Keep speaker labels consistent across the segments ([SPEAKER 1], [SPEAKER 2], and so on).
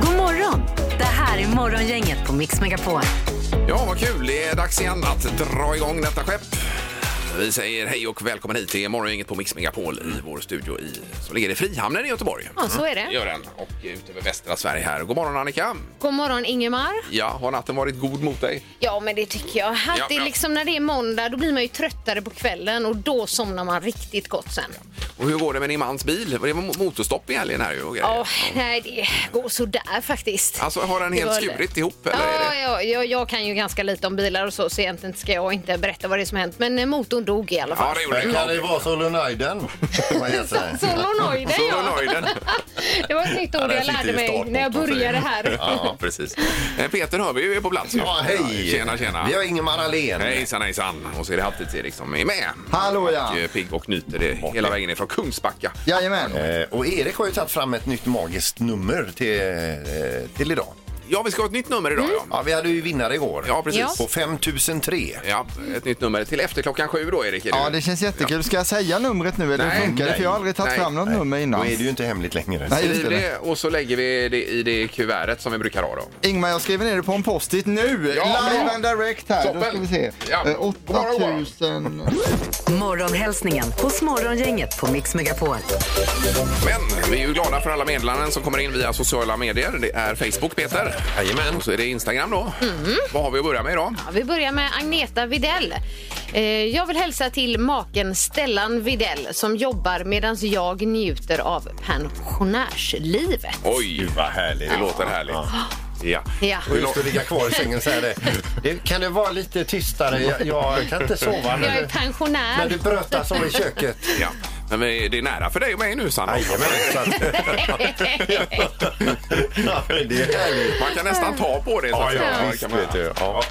[SPEAKER 1] God morgon! Det här är Morgongänget på Mix Megapol.
[SPEAKER 2] Ja, vad kul. Det är dags igen att dra igång detta skepp. Vi säger hej och välkommen hit till Morgongänget på Mix Megapol i vår studio i, som ligger i Frihamnen i Göteborg. Mm.
[SPEAKER 3] Ja, så är det.
[SPEAKER 2] Gör den. Och ut över västra Sverige här. God morgon Annika!
[SPEAKER 3] God morgon Ingemar.
[SPEAKER 2] Ja, har natten varit god mot dig?
[SPEAKER 3] Ja, men det tycker jag. Att
[SPEAKER 2] Ja,
[SPEAKER 3] det
[SPEAKER 2] ja.
[SPEAKER 3] Liksom, när det är måndag då blir man ju tröttare på kvällen och då somnar man riktigt gott sen.
[SPEAKER 2] Och hur går det med din mans bil? Det var mo- motorstopp i helgen här ju och grejer.
[SPEAKER 3] Ja, nej, det går sådär faktiskt.
[SPEAKER 2] Alltså, har den
[SPEAKER 3] Det
[SPEAKER 2] helt
[SPEAKER 3] var det.
[SPEAKER 2] skurit ihop eller?
[SPEAKER 3] Ja,
[SPEAKER 2] är det...
[SPEAKER 3] ja, jag, jag kan ju ganska lite om bilar och så, så egentligen ska jag inte berätta vad det är som hänt. Men eh, motorn dog i alla fall.
[SPEAKER 2] ja det gjorde
[SPEAKER 4] Men kan det
[SPEAKER 2] den.
[SPEAKER 4] vara solenoiden? Man ger sig.
[SPEAKER 3] Solenoiden,
[SPEAKER 2] Så
[SPEAKER 3] ja.
[SPEAKER 2] nöjd den.
[SPEAKER 3] Det var ett nytt ord
[SPEAKER 4] det
[SPEAKER 3] jag
[SPEAKER 4] sitter
[SPEAKER 3] lärde
[SPEAKER 4] i
[SPEAKER 3] mig
[SPEAKER 4] startmotorn,
[SPEAKER 3] när jag började
[SPEAKER 4] säger
[SPEAKER 3] här.
[SPEAKER 4] jag. Ja, precis.
[SPEAKER 2] Eh, Peter Hörby är på plats nu.
[SPEAKER 4] Ja, hej!
[SPEAKER 2] Tjena, tjena!
[SPEAKER 4] Vi har Ingemar Ahlén.
[SPEAKER 2] Hejsan, hejsan! Och så är det Halvtids-Erik som är med.
[SPEAKER 5] Hallå ja!
[SPEAKER 2] Och eh, pigg och nyter det hela vägen ifrån Kungsbacka.
[SPEAKER 5] Jajamän!
[SPEAKER 4] Eh, Och Erik har ju tagit fram ett nytt magiskt nummer till, eh, till idag.
[SPEAKER 2] Ja, vi ska ha ett nytt nummer idag.
[SPEAKER 5] Mm.
[SPEAKER 2] Ja.
[SPEAKER 4] Ja, vi hade ju vinnare igår.
[SPEAKER 2] ja, precis.
[SPEAKER 3] Ja.
[SPEAKER 4] På 5003.
[SPEAKER 2] Ja, ett nytt nummer till efter klockan sju då, Erik. är
[SPEAKER 5] Ja, det känns jättekul. Ska jag säga numret nu eller
[SPEAKER 2] Nej,
[SPEAKER 5] nej, funkar det? För jag har aldrig tagit
[SPEAKER 2] nej,
[SPEAKER 5] fram något nummer
[SPEAKER 4] Då
[SPEAKER 5] innan.
[SPEAKER 4] är det ju inte hemligt längre.
[SPEAKER 5] Nej,
[SPEAKER 2] Skriv
[SPEAKER 5] just
[SPEAKER 2] det och så lägger vi det i det kuvertet som vi brukar ha då.
[SPEAKER 5] Ingmar, jag skriver ner det på en post-it nu!
[SPEAKER 2] Ja,
[SPEAKER 5] Live
[SPEAKER 2] bra.
[SPEAKER 5] and direct här. Då ska
[SPEAKER 2] Toppen.
[SPEAKER 5] vi se.
[SPEAKER 2] Ja.
[SPEAKER 5] Eh,
[SPEAKER 2] God morgon, god morgon.
[SPEAKER 5] 8000...
[SPEAKER 1] Morgonhälsningen hos Morgongänget på Mix Megapol.
[SPEAKER 2] Men vi är ju glada för alla meddelanden som kommer in via sociala medier. Det är Facebook, Peter. Jajamän. Och så är det Instagram då.
[SPEAKER 5] Mm.
[SPEAKER 2] Vad har vi att börja med idag?
[SPEAKER 3] Ja, vi börjar med Agneta Videll. Eh, jag vill hälsa till maken Stellan Videll som jobbar medan jag njuter av pensionärslivet.
[SPEAKER 2] Oj,
[SPEAKER 4] Vad härligt.
[SPEAKER 2] det låter härligt. Ja.
[SPEAKER 3] Ja.
[SPEAKER 4] Och just att ligga kvar i sängen och säga det. det. Kan du vara lite tystare? Jag, jag kan inte sova
[SPEAKER 3] Jag
[SPEAKER 4] när
[SPEAKER 3] är
[SPEAKER 4] du, när du
[SPEAKER 3] pensionär.
[SPEAKER 4] brötar så i köket.
[SPEAKER 2] ja. Men vi- det är nära för dig och mig nu, Sanna.
[SPEAKER 4] Jajamän. så att- Ja, det är härligt.
[SPEAKER 2] Man kan nästan ta på det. så att säga. Kan man-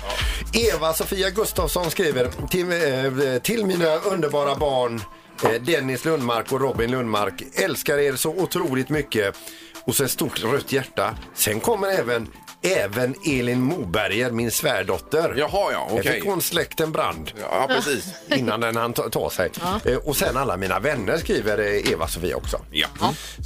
[SPEAKER 4] Eva-Sofia Gustafsson skriver till, eh, till mina underbara barn eh, Dennis Lundmark och Robin Lundmark. Älskar er så otroligt mycket. Och så ett stort rött hjärta. Sen kommer även Även Elin Moberger, min svärdotter.
[SPEAKER 2] Jaha, ja,
[SPEAKER 4] Där
[SPEAKER 2] okej.
[SPEAKER 4] fick hon släckt en brand
[SPEAKER 2] Ja, precis.
[SPEAKER 4] innan den hann ta, ta sig. Eh, Och sen alla mina vänner skriver eh, Eva-Sofia också.
[SPEAKER 2] Ja.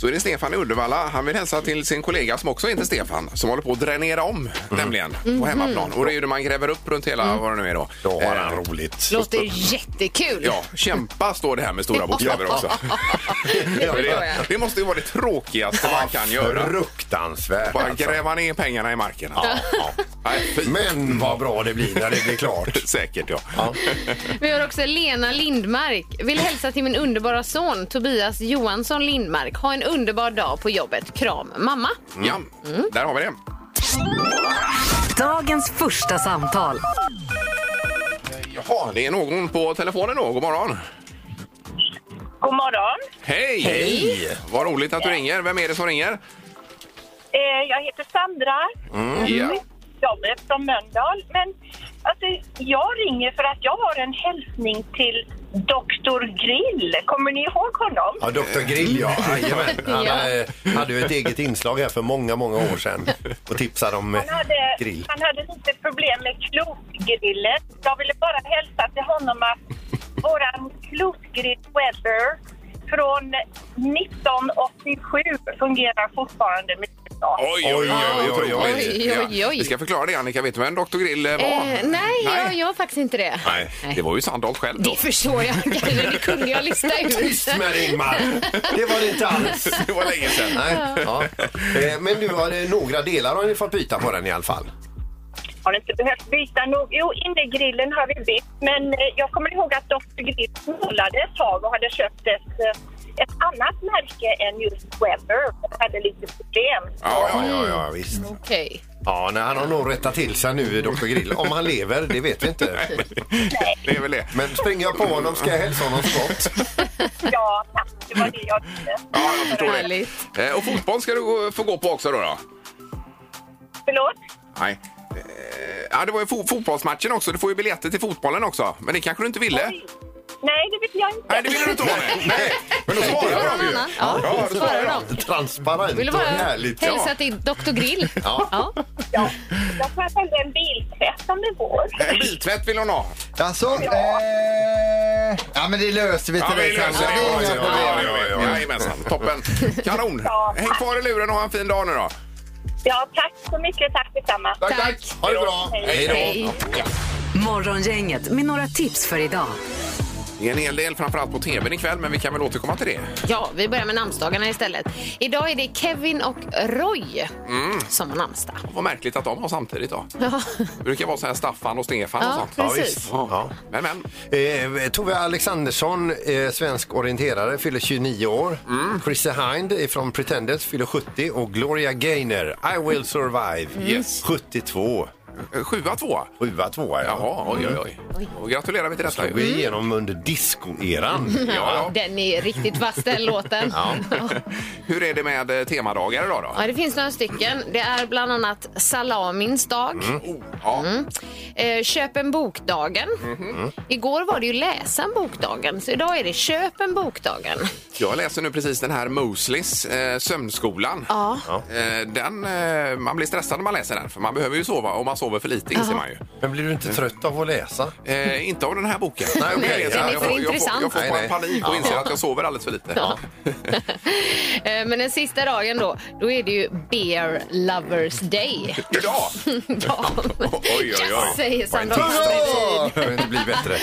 [SPEAKER 2] Så är det Stefan i Uddevalla. Han vill hälsa till sin kollega som också heter Stefan som håller på att dränera om
[SPEAKER 4] Mm.
[SPEAKER 2] nämligen på hemmaplan. Och det är ju det man gräver upp runt hela vad det nu är då.
[SPEAKER 4] Då har han
[SPEAKER 2] Eh,
[SPEAKER 4] roligt.
[SPEAKER 3] Låter jättekul.
[SPEAKER 2] Ja, kämpa står det här med stora bokstäver också.
[SPEAKER 3] Ja,
[SPEAKER 2] För
[SPEAKER 3] det gör
[SPEAKER 2] det,
[SPEAKER 3] jag.
[SPEAKER 2] det måste ju vara det tråkigaste man kan göra.
[SPEAKER 4] Fruktansvärt.
[SPEAKER 2] Bara
[SPEAKER 4] alltså.
[SPEAKER 2] gräva ner pengarna i marken. Ja. Nej, fy.
[SPEAKER 4] Men vad bra det blir när det blir klart.
[SPEAKER 2] Säkert ja.
[SPEAKER 3] Vi har också Lena Lindmark. Vill hälsa till min underbara son Tobias Johansson Lindmark. Ha en underbar dag på jobbet. Kram mamma.
[SPEAKER 2] ja.
[SPEAKER 4] Mm.
[SPEAKER 2] Där har vi det.
[SPEAKER 1] Dagens första samtal.
[SPEAKER 2] Jaha, det är någon på telefonen då. God morgon.
[SPEAKER 6] God morgon.
[SPEAKER 2] Hej! Hej! Vad roligt att du ringer. Vem är det som ringer?
[SPEAKER 6] Eh, jag heter Sandra.
[SPEAKER 2] Mm, Ja.
[SPEAKER 6] Jag är från Mölndal. Men alltså, jag ringer för att jag har en hälsning till Dr. Grill. Kommer ni ihåg honom?
[SPEAKER 4] Ja, Dr Grill Eh, ja. Jajamän. Han
[SPEAKER 3] Ja.
[SPEAKER 4] eh, hade ju ett eget inslag här för många, många år sedan och tipsade om eh,
[SPEAKER 6] Han hade,
[SPEAKER 4] grill.
[SPEAKER 6] han hade lite problem med klotgrillen. Jag ville bara hälsa till honom att våran klotgrill Weather från 1987 fungerar fortfarande mycket bra.
[SPEAKER 2] Oj, oj, oj, oj,
[SPEAKER 3] Oj, oj, oj.
[SPEAKER 2] Vi ska förklara det, Annika. Vet du vem Dr. Grill eh, var?
[SPEAKER 3] Eh, nej, Jag,
[SPEAKER 2] Nej.
[SPEAKER 3] jag har faktiskt inte det.
[SPEAKER 2] Nej, det var ju Sandholt själv då.
[SPEAKER 3] Det förstår jag. Det kunde jag lista ut.
[SPEAKER 4] Tyst med dig, Ingmar! Det var det inte alls.
[SPEAKER 2] Det var länge sedan.
[SPEAKER 4] Nej, ja. Eh, Men nu har det några delar har ni fått byta på den i alla fall.
[SPEAKER 6] Har inte behövt byta nog. Jo, innegrillen har vi bytt. Men eh, jag kommer ihåg att Dr. Grill målade ett tag och hade köpt ett, eh, ett annat märke än just Weber. Jag hade lite problem.
[SPEAKER 2] Ja, ja,
[SPEAKER 4] Ja, ja, ja visst.
[SPEAKER 3] Okej.
[SPEAKER 4] Mm. Ja, nej, han har nog rättat till sig nu, Dr Grill. Om han lever, det vet vi inte.
[SPEAKER 2] ja. Det är väl det.
[SPEAKER 4] Men springer jag på honom ska jag hälsa honom gott.
[SPEAKER 6] Ja, tack. Det var det jag ville.
[SPEAKER 2] Ja, jag förstår
[SPEAKER 3] Härligt.
[SPEAKER 2] det. Eh, Och fotboll ska du gå- få gå på också då. då.
[SPEAKER 6] Förlåt?
[SPEAKER 2] Nej. Eh, Ja, det var ju fo fotbollsmatchen också. Du får ju biljetter till fotbollen också. Men det kanske du inte ville?
[SPEAKER 6] Oj. Nej, det vet jag inte.
[SPEAKER 2] Eh? Nej, det ville du inte vara med. Nej, men då
[SPEAKER 3] Det
[SPEAKER 2] svarar
[SPEAKER 3] var
[SPEAKER 2] de ju.
[SPEAKER 3] någon annan. Ja,
[SPEAKER 2] då
[SPEAKER 3] svarar de.
[SPEAKER 4] Transparent
[SPEAKER 3] Vill du
[SPEAKER 4] och
[SPEAKER 3] bara
[SPEAKER 4] härligt.
[SPEAKER 3] hälsa till Dr Grill? Ja.
[SPEAKER 6] Ja. Jag får sälja en biltvätt om det går.
[SPEAKER 2] En biltvätt vill hon ha.
[SPEAKER 5] Alltså, eh, ja men det löser vi till dig Sandra. Det är inga problem.
[SPEAKER 2] Jajamensan, toppen. Kanon.
[SPEAKER 6] Ja.
[SPEAKER 2] Häng kvar i luren och ha en fin dag nu då.
[SPEAKER 6] Ja, tack så mycket. Tack detsamma.
[SPEAKER 2] Tack,
[SPEAKER 3] Tack.
[SPEAKER 2] Ha det bra. Hej då.
[SPEAKER 3] Hej.
[SPEAKER 2] Ja.
[SPEAKER 1] Morgongänget med några tips för idag.
[SPEAKER 2] Det är en hel del, framförallt på tvn ikväll, men vi kan väl återkomma till det.
[SPEAKER 3] ja, vi börjar med namnsdagarna istället. Idag är det Kevin och Roy som har namnsdag.
[SPEAKER 2] Vad märkligt att de har samtidigt då.
[SPEAKER 3] Mm. Ja,
[SPEAKER 2] Det brukar vara så här Staffan och Stefan och
[SPEAKER 3] ja
[SPEAKER 2] sånt.
[SPEAKER 3] precis.
[SPEAKER 4] Ja.
[SPEAKER 2] Men, men.
[SPEAKER 4] Eh, Tove Alexandersson, eh, svensk orienterare, fyller 29 år. Mm. Chrissie Hind från Pretenders fyller 70 och Gloria Gaynor, I will survive,
[SPEAKER 2] Yes.
[SPEAKER 4] 72.
[SPEAKER 2] eh, Sjua, tvåa.
[SPEAKER 4] Sjua, tvåa, ja.
[SPEAKER 2] Jaha, oj, oj,
[SPEAKER 3] Mm.
[SPEAKER 2] oj. Och gratulerar vi till detta.
[SPEAKER 4] Slog
[SPEAKER 2] ju.
[SPEAKER 4] vi igenom under disco-eran.
[SPEAKER 2] Ja, ja.
[SPEAKER 3] Den är riktigt vass den låten. Ja.
[SPEAKER 2] Hur är det med eh, temadagar idag då?
[SPEAKER 3] det finns några stycken. Det är bland annat salamins dag.
[SPEAKER 2] Oh, ja.
[SPEAKER 3] Eh, köp en bokdagen. Mm-hmm. Igår var det ju läsa en bokdagen, så idag är det köp en bokdagen.
[SPEAKER 2] Jag läser nu precis den här Mosleys, eh, Sömnskolan.
[SPEAKER 3] Ja.
[SPEAKER 2] Eh, den, eh, man blir stressad när man läser den, för man behöver ju sova och man sover för lite inser man ju.
[SPEAKER 4] Men blir du inte trött av att läsa?
[SPEAKER 2] Eh, inte av den här boken.
[SPEAKER 4] Nej, okej.
[SPEAKER 2] Jag läser
[SPEAKER 4] Den är
[SPEAKER 2] jag
[SPEAKER 4] för
[SPEAKER 2] får- jag får-
[SPEAKER 3] intressant.
[SPEAKER 2] Jag får,
[SPEAKER 4] Nej, nej.
[SPEAKER 2] bara panik och inser att jag sover alldeles för lite.
[SPEAKER 3] Eh, Men den sista dagen då, då är det ju Bear Lovers Day.
[SPEAKER 2] Idag!
[SPEAKER 3] ja.
[SPEAKER 2] oj, oj.
[SPEAKER 3] Yes, säger Sandra
[SPEAKER 4] Poäng.
[SPEAKER 3] Åström.
[SPEAKER 4] Bra! Det blir bättre.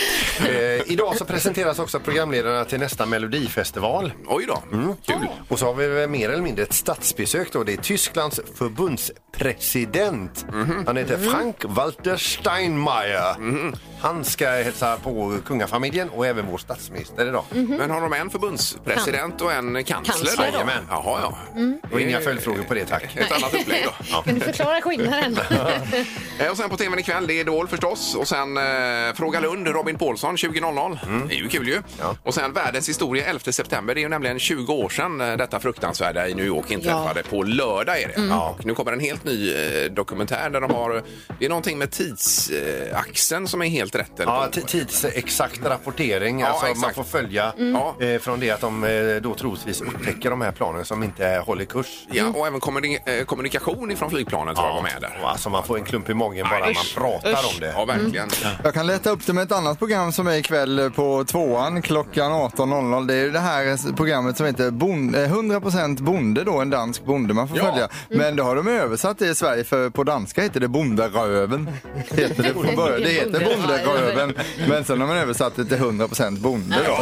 [SPEAKER 4] Eh, idag så presenteras också programledarna till nästa Melodifestival.
[SPEAKER 2] Oj då.
[SPEAKER 4] Mm.
[SPEAKER 2] Kul.
[SPEAKER 4] Och så har vi väl mer eller mindre ett statsbesök då. Det är Tysklands förbundspresident.
[SPEAKER 2] Mhm.
[SPEAKER 4] Han heter Frank-Walter Steinmeier. Han ska hälsa på kungafamiljen och även vår statsminister idag.
[SPEAKER 2] Men har de en förbundspresident och en kansler?
[SPEAKER 3] Kansler då.
[SPEAKER 2] Jajamän. Jaha, ja.
[SPEAKER 4] Och inga följdfrågor på det tack.
[SPEAKER 2] Ett annat upplägg då.
[SPEAKER 3] Kan du förklara skillnaden?
[SPEAKER 2] Eh, Och sen på tvn ikväll, det är Idol förstås. Och sen eh, Fråga Lund, Robin Paulsson 20.00.
[SPEAKER 4] Mm.
[SPEAKER 2] Det är ju kul ju. Och sen Världens historia 11 september. Det är ju nämligen 20 år sedan eh, detta fruktansvärda i New York inträffade. På lördag är det. Och nu kommer en helt ny eh, dokumentär där de har... Det är någonting med tidsaxeln som är helt rätt. eller?
[SPEAKER 4] Ja, t- tidsexakt rapportering.
[SPEAKER 2] Ja,
[SPEAKER 4] alltså, man
[SPEAKER 2] exakt. Mm.
[SPEAKER 4] får följa
[SPEAKER 2] Ja.
[SPEAKER 4] eh, från det att de eh, då troligtvis upptäcker de här planen som inte eh, håller kurs.
[SPEAKER 2] Ja, och även kommuni- eh, kommunikation ifrån flygplanen tror jag var med där.
[SPEAKER 4] Och Alltså man får en klump i magen bara man pratar om det. Mm.
[SPEAKER 2] Ja, verkligen.
[SPEAKER 5] Jag kan lätta upp det med ett annat program som är ikväll på tvåan klockan 18.00. Det är ju det här programmet som heter bon, eh, 100% bonde då, en dansk bonde man får
[SPEAKER 2] Ja.
[SPEAKER 5] följa. Men det har de översatt det i Sverige för på danska heter det bondaröven. Heter det, från början. det heter bondaröven men sen har man översatt det till 100% bonde då.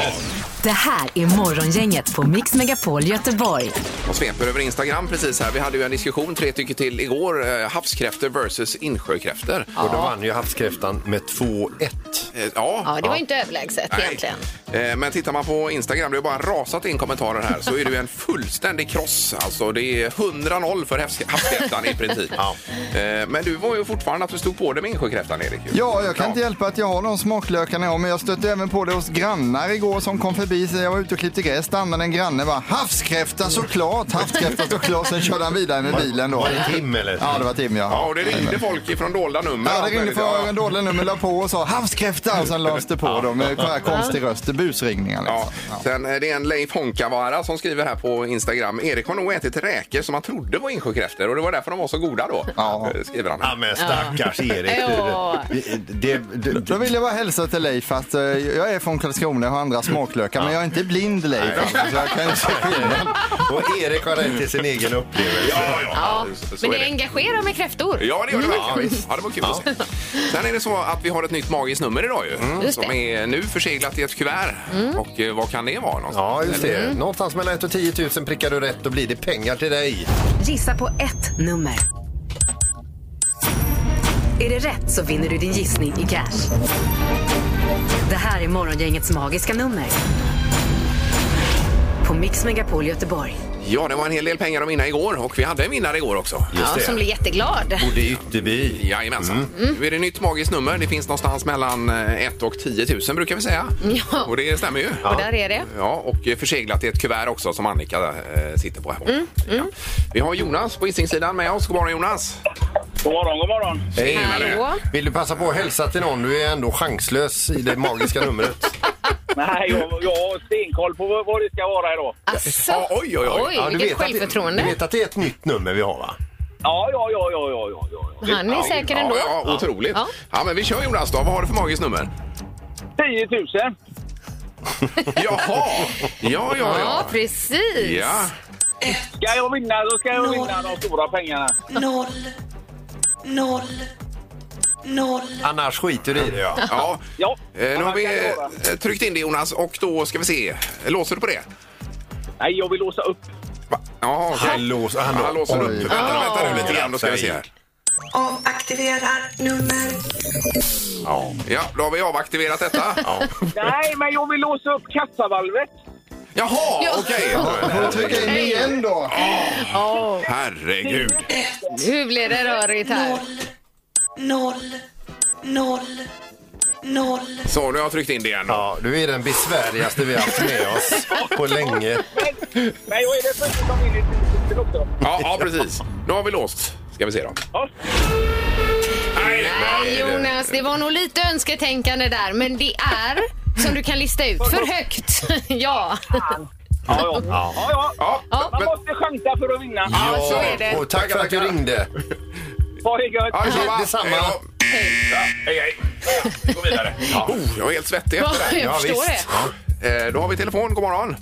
[SPEAKER 1] Det här är Morgongänget på Mix Megapol Göteborg.
[SPEAKER 2] Och sveper över Instagram precis här. Vi hade ju en diskussion, tre tycker till, igår. eh, Havskräftor versus insjökräftor.
[SPEAKER 4] Och då vann ju havskräftan med 2-1.
[SPEAKER 2] Eh, Ja,
[SPEAKER 3] Ja, det var ju inte överlägset
[SPEAKER 2] Nej.
[SPEAKER 3] egentligen.
[SPEAKER 2] Eh, Men tittar man på Instagram, det har bara rasat in kommentarer här, så är det ju en fullständig kross. Alltså det är 100-0 för havs- havskräftan i princip. Eh, Men du var ju fortfarande att du stod på det med insjökräftan, Erik. ju.
[SPEAKER 5] Ja, jag kan inte hjälpa att jag har de smaklökarna jag har, men jag stötte även på det hos grannar igår som kom förbi. Så jag var ute och klippte gräs, stannade en granne och bara havskräfta såklart, havskräfta såklart. Sen körde han vidare med bilen då.
[SPEAKER 4] Var det Tim eller?
[SPEAKER 5] Ja, det var Tim ja.
[SPEAKER 2] Ja, och det ringde folk från dolda nummer.
[SPEAKER 5] Ja, det ringde
[SPEAKER 2] Ja.
[SPEAKER 5] för en dålig nummer, la på och sa havskräfta och sen lades det på dem med sån här konstig röst, busringningar
[SPEAKER 2] Ja.
[SPEAKER 5] liksom. Ja.
[SPEAKER 2] Sen är det en Leif Honkavaara som skriver här på Instagram. Erik har nog ätit räkor som han trodde var insjökräftor och det var därför de var så goda då.
[SPEAKER 5] Ja.
[SPEAKER 2] eh, Skriver han.
[SPEAKER 4] Ja men stackars Erik.
[SPEAKER 3] Ja.
[SPEAKER 4] Det, det, det,
[SPEAKER 5] Då
[SPEAKER 4] det,
[SPEAKER 5] vill jag bara hälsa till Leif att eh, jag är från Karlskrona och har andra smaklökar men jag är inte blind Leif alltså, så jag kan ju se skillnad.
[SPEAKER 4] och Erik har rätt till sin egen upplevelse.
[SPEAKER 2] Ja,
[SPEAKER 3] Ja,
[SPEAKER 2] så- så
[SPEAKER 3] men
[SPEAKER 2] är
[SPEAKER 3] det engagerar med kräftor.
[SPEAKER 2] Ja, det gör det
[SPEAKER 3] Mm.
[SPEAKER 2] verkligen. Ja, det var kul att se. Sen är det så att vi har ett nytt magiskt nummer idag ju.
[SPEAKER 3] Mm. Just Mm.
[SPEAKER 2] Som är nu förseglat i ett kuvert. Och eh, vad kan det vara någonstans?
[SPEAKER 4] Ja, just det. Någonstans mellan 1 och 10 000 prickar du rätt, då blir det pengar till dig.
[SPEAKER 1] Gissa på ett nummer. Är det rätt så vinner du din gissning i cash. Det här är Morgongängets magiska nummer. På Mix Megapol Göteborg.
[SPEAKER 2] Ja, det var en hel del pengar att vinna igår och vi hade en vinnare igår också.
[SPEAKER 3] Ja, Mm. som blir jätteglad.
[SPEAKER 4] Och det är Ytterby.
[SPEAKER 2] Jajamensan. Nu är det nytt magiskt nummer. Det finns någonstans mellan 1 och 10 000 brukar vi säga.
[SPEAKER 3] Ja.
[SPEAKER 2] Och det stämmer ju.
[SPEAKER 3] Och där är det.
[SPEAKER 2] Ja, och eh, förseglat i ett kuvert också som
[SPEAKER 3] Mm,
[SPEAKER 2] Annika eh, sitter på här borta. Ja. Vi har Jonas på Hisingssidan med oss. God morgon Jonas!
[SPEAKER 7] God morgon, god morgon.
[SPEAKER 4] Hej.
[SPEAKER 3] Hallå?
[SPEAKER 4] Vill du passa på att hälsa till någon? Du är ändå chanslös i det magiska numret.
[SPEAKER 7] Nej, jag, jag har stenkoll på vad- vad det ska vara idag.
[SPEAKER 3] Alltså,
[SPEAKER 2] Ja, oj, oj, oj. Ja,
[SPEAKER 4] du
[SPEAKER 3] vilket
[SPEAKER 4] vet att det-
[SPEAKER 3] självförtroende.
[SPEAKER 4] Du vet att det är ett nytt nummer vi har va?
[SPEAKER 7] Ja, ja, ja, ja, ja, ja, ja. ja.
[SPEAKER 3] Han är säker
[SPEAKER 2] ja,
[SPEAKER 3] ändå.
[SPEAKER 2] Ja, otroligt. Ja.
[SPEAKER 3] Ja.
[SPEAKER 2] men vi kör Jonas då. Vad har du för magiskt nummer?
[SPEAKER 7] 10 000.
[SPEAKER 2] Jaha! Ja, ja,
[SPEAKER 3] Ja,
[SPEAKER 2] ja.
[SPEAKER 3] precis.
[SPEAKER 2] Ja,
[SPEAKER 7] Ska jag vinna så ska jag vinna de stora pengarna.
[SPEAKER 4] Annars skiter du i det ja.
[SPEAKER 2] ja.
[SPEAKER 7] Ja,
[SPEAKER 2] Eh, nu har
[SPEAKER 7] annars kan
[SPEAKER 2] vi
[SPEAKER 7] det vara.
[SPEAKER 2] eh, tryckt in det Jonas och då ska vi se. Låser du på det?
[SPEAKER 7] Nej, jag vill låsa upp.
[SPEAKER 2] Va? Ja, okej.
[SPEAKER 4] Han låser- han-
[SPEAKER 2] han låser upp.
[SPEAKER 4] Oj.
[SPEAKER 2] Vänta, vänta nu lite grann. Då ska vi se. här.
[SPEAKER 8] Avaktiverar nummer.
[SPEAKER 2] Ja, då har vi avaktiverat detta.
[SPEAKER 7] Nej, men jag vill låsa upp kassavalvet.
[SPEAKER 2] Jaha,
[SPEAKER 3] Ja.
[SPEAKER 2] okej.
[SPEAKER 5] Får du trycka in igen då?
[SPEAKER 3] Åh,
[SPEAKER 2] Herregud.
[SPEAKER 3] nu blir det rörigt här.
[SPEAKER 8] Noll. Noll. Noll.
[SPEAKER 2] Så, nu har jag tryckt in det igen.
[SPEAKER 4] Ja, du är den besvärligaste vi har haft med oss på länge.
[SPEAKER 7] Men, men jag är det första som vill i 10 000 också.
[SPEAKER 2] Ja, ja, precis. Nu har vi låst. Ska vi se då.
[SPEAKER 7] Ja.
[SPEAKER 2] Nej,
[SPEAKER 3] Nej, Jonas, det var nog lite önsketänkande där, men det är som du kan lista ut, för högt. Ja,
[SPEAKER 7] Ja, ja. ja, ja.
[SPEAKER 2] Ja,
[SPEAKER 7] Man
[SPEAKER 2] men-
[SPEAKER 7] måste chansa för att vinna.
[SPEAKER 3] ja så är det.
[SPEAKER 4] Och tack för att du ringde.
[SPEAKER 7] Ha det gött.
[SPEAKER 2] Ja, tjena.
[SPEAKER 4] Det- detsamma.
[SPEAKER 2] Hej då. Ja, hej, hej. Vi går vidare. Oh, jag är helt svettig
[SPEAKER 3] Ja,
[SPEAKER 2] efter det. här.
[SPEAKER 3] jag förstår
[SPEAKER 4] visst.
[SPEAKER 2] Eh, Då har vi telefon. God morgon.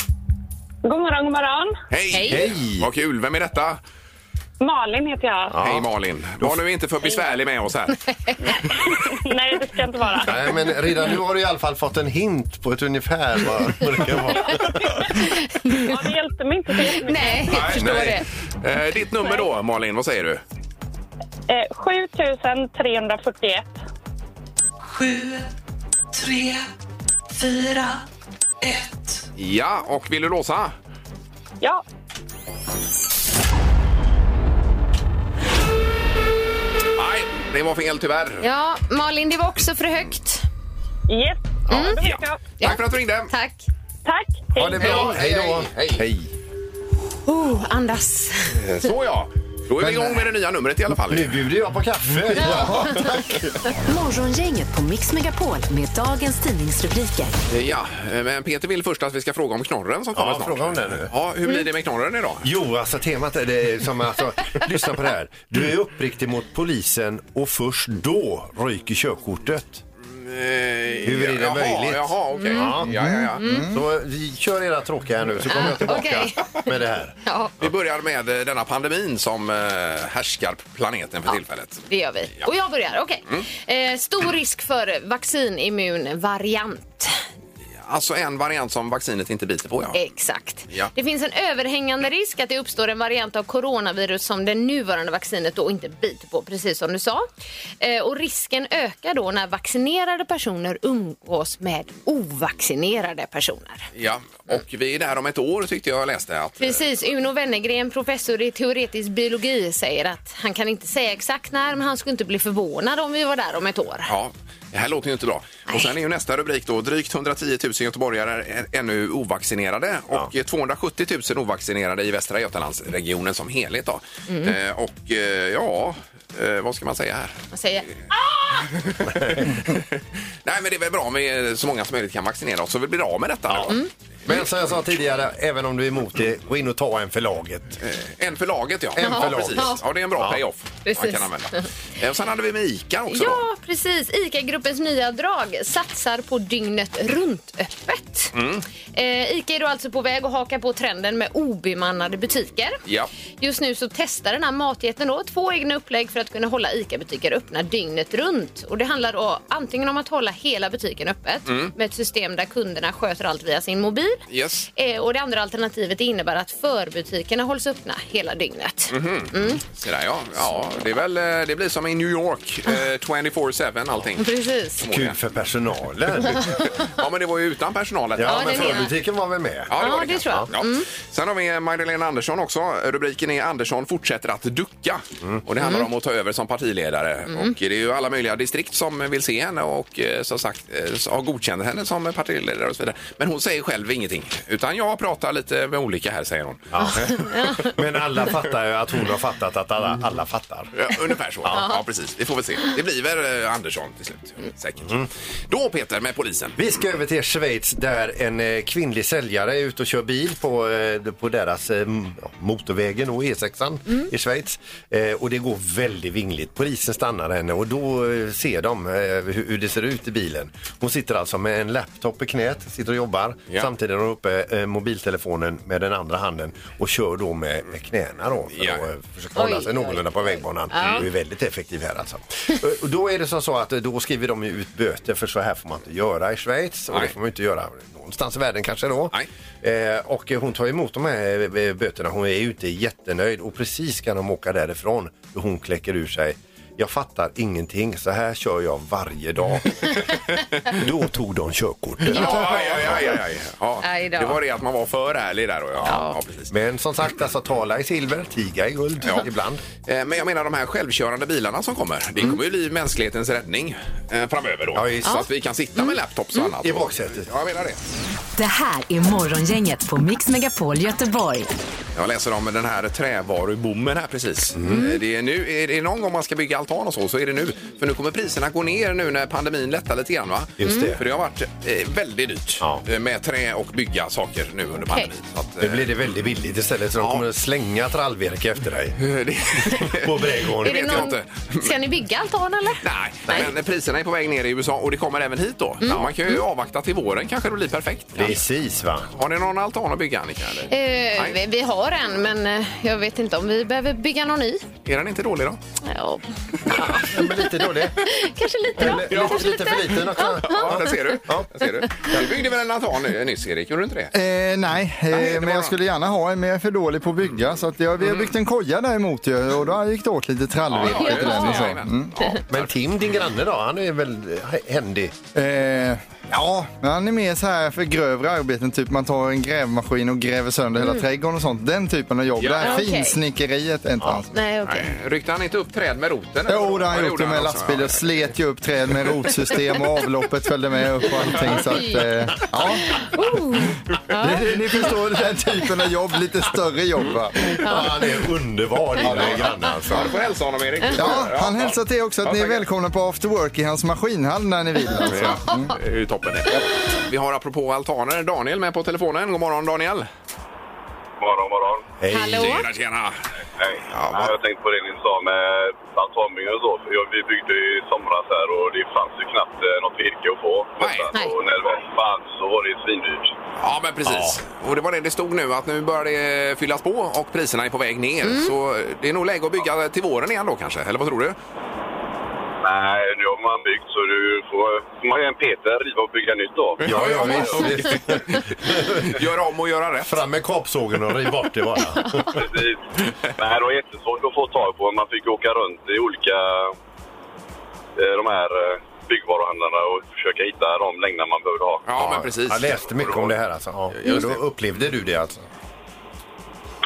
[SPEAKER 6] God morgon, god morgon.
[SPEAKER 2] Hej!
[SPEAKER 3] Hej.
[SPEAKER 4] Hej.
[SPEAKER 2] Vad kul. Vem är detta?
[SPEAKER 6] Malin heter jag.
[SPEAKER 2] Hej Malin. Var nu inte för besvärlig med oss här.
[SPEAKER 6] Nej, det ska jag inte vara.
[SPEAKER 4] Nej, men redan nu har du i alla fall fått en hint på ett ungefär vad vad det kan vara.
[SPEAKER 6] Ja, det hjälpte mig inte så
[SPEAKER 3] det.
[SPEAKER 6] jättemycket.
[SPEAKER 3] Nej, jag förstår
[SPEAKER 2] nej. Eh, Ditt nummer då, Malin. Vad säger du?
[SPEAKER 6] Eh, 7341.
[SPEAKER 8] Sju. Tre. Fyra. Ett.
[SPEAKER 2] Ja, och vill du låsa?
[SPEAKER 6] Ja,
[SPEAKER 2] Nej, det var fel tyvärr.
[SPEAKER 3] det. Ja, Malin, det var också för högt.
[SPEAKER 6] yes. Mm.
[SPEAKER 2] Ja. Tack för att du ringde.
[SPEAKER 3] Tack.
[SPEAKER 6] Tack.
[SPEAKER 4] Ha det bra. Hej då. Hej.
[SPEAKER 3] Oh, andas.
[SPEAKER 2] Eh, Så ja. Då är vi igång med det nya numret i alla fall.
[SPEAKER 4] Nu bjuder jag på kaffe. Ja, tack.
[SPEAKER 1] Morgongänget på Mix Megapol med dagens tidningsrubriker.
[SPEAKER 2] Ja, Eh, men Peter vill först att vi ska fråga om knorren som kommer
[SPEAKER 4] Ja,
[SPEAKER 2] snart.
[SPEAKER 4] fråga om den nu.
[SPEAKER 2] Ja, hur blir det med knorren idag?
[SPEAKER 4] Jo, alltså temat är det är som alltså, lyssna på det här. Du är uppriktig mot polisen och först då ryker körkortet. Hur är det
[SPEAKER 2] jaha,
[SPEAKER 4] möjligt? Mm.
[SPEAKER 2] Jaha, okej. Ja, ja, Mm. ja.
[SPEAKER 4] Så vi kör era tråkiga här nu så kommer jag tillbaka
[SPEAKER 3] Okej.
[SPEAKER 4] med det här.
[SPEAKER 3] Ja,
[SPEAKER 2] Vi börjar med eh, denna pandemin som eh, härskar planeten för tillfället.
[SPEAKER 3] det gör vi. Och jag börjar. Okej. Eh, stor risk för vaccinimmun variant.
[SPEAKER 2] Alltså en variant som vaccinet inte biter på,
[SPEAKER 4] Eh.
[SPEAKER 2] ja.
[SPEAKER 3] Exakt.
[SPEAKER 2] Ja.
[SPEAKER 3] Det finns en överhängande risk att det uppstår en variant av coronavirus som det nuvarande vaccinet då inte biter på, precis som du sa. Eh, och risken ökar då när vaccinerade personer umgås med ovaccinerade personer.
[SPEAKER 2] Ja, och vi är där om ett år tyckte jag läste att...
[SPEAKER 3] Precis, Uno Wennergren, professor i teoretisk biologi, säger att han kan inte säga exakt när, men han skulle inte bli förvånad om vi var där om ett år.
[SPEAKER 2] Ja, det här låter ju inte bra. Och sen är ju nästa rubrik då, drygt 110 000 göteborgare är ännu ovaccinerade och 270 000 ovaccinerade i Västra Götalandsregionen som helhet då.
[SPEAKER 4] Mm.
[SPEAKER 2] Eh, och eh, ja, eh, vad ska man säga här?
[SPEAKER 3] Han säger
[SPEAKER 2] Nej, men det är väl bra om vi, eh, så många som möjligt kan vaccinera oss så vi blir av med detta. då.
[SPEAKER 4] Men som jag sa tidigare, även om du är emot det, gå in och ta en för laget.
[SPEAKER 2] Eh, En för laget, ja.
[SPEAKER 4] En för
[SPEAKER 2] ja,
[SPEAKER 4] laget.
[SPEAKER 2] precis. Ja, det är en bra payoff man
[SPEAKER 3] precis.
[SPEAKER 2] kan använda. Eh, Och sen hade vi med ICA också. då.
[SPEAKER 3] Ja, precis. ICA-gruppens nya drag satsar på dygnet runt-öppet.
[SPEAKER 2] Mm.
[SPEAKER 3] Eh, ICA är då alltså på väg att haka på trenden med obemannade butiker.
[SPEAKER 2] Ja.
[SPEAKER 3] Just nu så testar den här matjätten då två egna upplägg för att kunna hålla ICA-butiker öppna dygnet runt. Och det handlar då antingen om att hålla hela butiken öppet
[SPEAKER 2] Mm.
[SPEAKER 3] med ett system där kunderna sköter allt via sin mobil.
[SPEAKER 2] Yes.
[SPEAKER 3] Eh, och det andra alternativet innebär att förbutikerna hålls öppna hela dygnet.
[SPEAKER 2] Mhm. Så där, ja. ja det, är väl, eh, det blir som i New York, eh, 24-7 allting.
[SPEAKER 3] Precis.
[SPEAKER 4] Kul för personalen.
[SPEAKER 2] Ja, men det var ju utan personal. detta.
[SPEAKER 4] Ja,
[SPEAKER 3] Ja,
[SPEAKER 4] men
[SPEAKER 3] den ena.
[SPEAKER 4] förbutiken var väl med?
[SPEAKER 2] Ja,
[SPEAKER 3] Ja, det tror jag.
[SPEAKER 2] Ja. Sen har vi Magdalena Andersson också. Rubriken är Andersson fortsätter att ducka. Och det handlar om att ta över som partiledare. Och det är ju alla möjliga distrikt som vill se henne och eh, som sagt eh, har godkänner henne som partiledare och så vidare. Men hon säger själv inget ingenting. Utan jag pratar lite med olika här, säger hon.
[SPEAKER 4] Ja. Men alla fattar ju att hon har fattat att alla, alla fattar.
[SPEAKER 2] Ja, ungefär så. Ja. precis. Vi får väl se. Det blir väl eh, Andersson till slut. Säkert. Då Peter med polisen.
[SPEAKER 4] Vi ska över till Schweiz där en eh, kvinnlig säljare är ute och kör bil på, eh, på deras eh, m- ja, motorvägen och E6
[SPEAKER 3] Mm.
[SPEAKER 4] i Schweiz. Eh, Och det går väldigt vingligt. Polisen stannar henne och då eh, ser de eh, hur hur det ser ut i bilen. Hon sitter alltså med en laptop i knät, sitter och jobbar.
[SPEAKER 2] Ja.
[SPEAKER 4] Samtidigt har hon uppe eh, mobiltelefonen med den andra handen och kör då med, med knäna då för
[SPEAKER 2] Ja.
[SPEAKER 4] att eh, försöka hålla
[SPEAKER 3] Oj,
[SPEAKER 4] sig
[SPEAKER 3] oj,
[SPEAKER 4] någorlunda på vägbanan.
[SPEAKER 3] Ja.
[SPEAKER 4] Det är väldigt effektiv här alltså. Eh, Och då är det som så att eh, då skriver de ju ut böter för så här får man inte göra i Schweiz och
[SPEAKER 2] Nej.
[SPEAKER 4] det får man ju inte göra någonstans i världen kanske då.
[SPEAKER 2] Nej.
[SPEAKER 4] Eh, och eh, hon tar emot de här eh, böterna. Hon är ju inte jättenöjd och precis kan de åka därifrån då hon kläcker ur sig jag fattar ingenting, så här kör jag varje dag. då tog de körkortet.
[SPEAKER 2] Ja, aj, aj, aj, aj, aj. Ja.
[SPEAKER 3] Aj då.
[SPEAKER 2] Det var det att man var för ärlig där. Då. Ja, ja. precis.
[SPEAKER 4] Men som sagt, alltså tala i silver, tiga i guld
[SPEAKER 2] Ja.
[SPEAKER 4] ibland.
[SPEAKER 2] Eh, Men jag menar de här självkörande bilarna som kommer. Det kommer ju bli mänsklighetens räddning eh, framöver då.
[SPEAKER 4] Mm. Ja, visst.
[SPEAKER 2] så att vi kan sitta med laptops och annat.
[SPEAKER 4] Mm. I baksätet.
[SPEAKER 2] Ja, jag menar det.
[SPEAKER 1] Det här är Morgongänget på Mix Megapol Göteborg.
[SPEAKER 2] Jag läser om den här trävarubommen här precis.
[SPEAKER 4] Mm.
[SPEAKER 2] Eh, Det är, nu, är det någon gång man ska bygga altan och så, så är det nu. För nu kommer priserna gå ner nu när pandemin lättar lite grann va?
[SPEAKER 4] Just det.
[SPEAKER 2] För det har varit eh, väldigt dyrt
[SPEAKER 4] Ja.
[SPEAKER 2] eh, med trä och bygga saker nu under pandemin. Så att, eh,
[SPEAKER 4] Nu blir det väldigt billigt istället, så de
[SPEAKER 2] Ja.
[SPEAKER 4] kommer att slänga trallvirke efter dig.
[SPEAKER 2] eh, det-
[SPEAKER 4] På
[SPEAKER 3] Är
[SPEAKER 4] brädgården.
[SPEAKER 2] vet
[SPEAKER 3] det
[SPEAKER 2] jag
[SPEAKER 3] någon...
[SPEAKER 2] inte.
[SPEAKER 3] Ska ni bygga altan eller?
[SPEAKER 2] Nej, men priserna är på väg ner i USA och det kommer även hit då.
[SPEAKER 4] Mm.
[SPEAKER 2] Ja, Man kan ju avvakta till våren kanske det blir perfekt.
[SPEAKER 4] Precis va?
[SPEAKER 2] Har ni någon altan att bygga Annika? Eller?
[SPEAKER 3] Eh,
[SPEAKER 2] Nej.
[SPEAKER 3] vi, vi har en, men eh, jag vet inte om vi behöver bygga någon ny.
[SPEAKER 2] Är den inte dålig då?
[SPEAKER 3] Ja.
[SPEAKER 4] Men lite dålig.
[SPEAKER 3] Kanske lite då.
[SPEAKER 4] Lite,
[SPEAKER 3] Kanske
[SPEAKER 4] lite för liten också.
[SPEAKER 2] Ja, där ser du. Där ser du. du byggde väl en altan ny- nyss Erik, gjorde du inte det?
[SPEAKER 5] Eh, nej, eh,
[SPEAKER 2] det var
[SPEAKER 5] men
[SPEAKER 2] någon.
[SPEAKER 5] jag skulle gärna ha en, men jag är för dålig på att bygga. Så att jag, vi har byggt en koja däremot ju, och då gick det åt lite trallvirke
[SPEAKER 2] Mm. Ja,
[SPEAKER 5] till den. Och så.
[SPEAKER 2] jajamän.
[SPEAKER 5] Mm.
[SPEAKER 2] Ja.
[SPEAKER 4] Men Tim, din granne då, han är väl händig?
[SPEAKER 5] Eh, ja, men han är mer så här för grövre arbeten, typ man tar en grävmaskin och gräver sönder hela trädgården och sånt. Den typen av jobb.
[SPEAKER 2] Mm. Ja.
[SPEAKER 5] Det här
[SPEAKER 3] Okej.
[SPEAKER 5] finsnickeriet är inte hans.
[SPEAKER 3] Nej, okej.
[SPEAKER 2] Nej, Ryckte han inte upp träd med roten? eller?
[SPEAKER 5] Jo, det har
[SPEAKER 2] Ja,
[SPEAKER 5] han gjort
[SPEAKER 2] gjorde
[SPEAKER 5] det med
[SPEAKER 2] också.
[SPEAKER 5] lastbil.
[SPEAKER 2] Ja.
[SPEAKER 5] Jag slet ju upp träd med rotsystem och avloppet följde med upp och allting. Så att, eh, ja.
[SPEAKER 3] Oh.
[SPEAKER 5] ni, ni förstår den typen av jobb, lite större jobb va?
[SPEAKER 4] Han är underbar, din granne alltså.
[SPEAKER 2] Ja, Du får hälsa honom Erik.
[SPEAKER 5] Ja, han hälsar till också att
[SPEAKER 2] Ja,
[SPEAKER 5] ni är
[SPEAKER 2] tackar.
[SPEAKER 5] välkomna på after work i hans maskinhall när ni vill. Alltså.
[SPEAKER 2] Ja, det är ju toppen det. Vi har apropå altaner Daniel med på telefonen. God morgon Daniel!
[SPEAKER 7] Morgon, morgon.
[SPEAKER 3] Hallå?
[SPEAKER 2] Tjena, tjena!
[SPEAKER 7] Hej.
[SPEAKER 2] Ja, vad-
[SPEAKER 7] Nej, jag tänkte på det ni sa med altanbyggen och så. För jag- Vi byggde i somras här och det fanns ju knappt eh, något virke att få.
[SPEAKER 2] Nej.
[SPEAKER 3] Nej.
[SPEAKER 7] Och när det väl fanns så var det svindyrt.
[SPEAKER 2] Ja, men precis. Och det var det det stod nu, att nu börjar det fyllas på och priserna är på väg ner.
[SPEAKER 5] Mm.
[SPEAKER 2] Så det är nog läge att bygga till våren igen då kanske, eller vad tror du?
[SPEAKER 7] Nej, nu har man byggt så du får, får man ju en Peter riva och bygga nytt då.
[SPEAKER 4] Ja, ja, visst.
[SPEAKER 2] Göra om och göra rätt.
[SPEAKER 4] Fram med kapsågen och riv bort det bara.
[SPEAKER 7] Precis. Nej, det var jättesvårt att få tag på. Man fick åka runt i olika eh, de här eh, byggvaruhandlarna och försöka hitta de längder man behövde ha.
[SPEAKER 2] Ja, men precis.
[SPEAKER 4] Jag läste mycket om det här alltså. Ja. Men då upplevde du det alltså?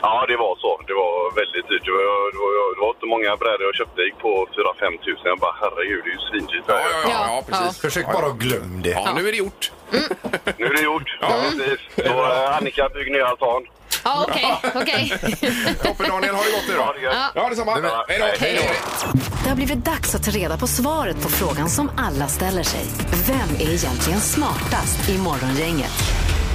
[SPEAKER 7] Ja, det var så. Det var väldigt dyrt. Det var, det var, det var inte många brädor jag köpte. Det gick på 4-5 tusen. Jag bara, herregud, det är ju svindyrt.
[SPEAKER 2] Ja, ja, ja, ja, precis.
[SPEAKER 4] Försök bara glöm det.
[SPEAKER 2] Ja, nu är det gjort.
[SPEAKER 7] Nu är det gjort. Ja, precis. Så eh, Annika, bygg nya altan.
[SPEAKER 3] Ja, okej. okej.
[SPEAKER 2] Toppen Daniel, har det gott nu då.
[SPEAKER 7] Ha det gött.
[SPEAKER 2] Ja, detsamma.
[SPEAKER 7] Ja.
[SPEAKER 2] Hej då.
[SPEAKER 7] Hej då.
[SPEAKER 1] Det har blivit dags att ta reda på svaret på frågan som alla ställer sig. Vem är egentligen smartast i Morgongänget?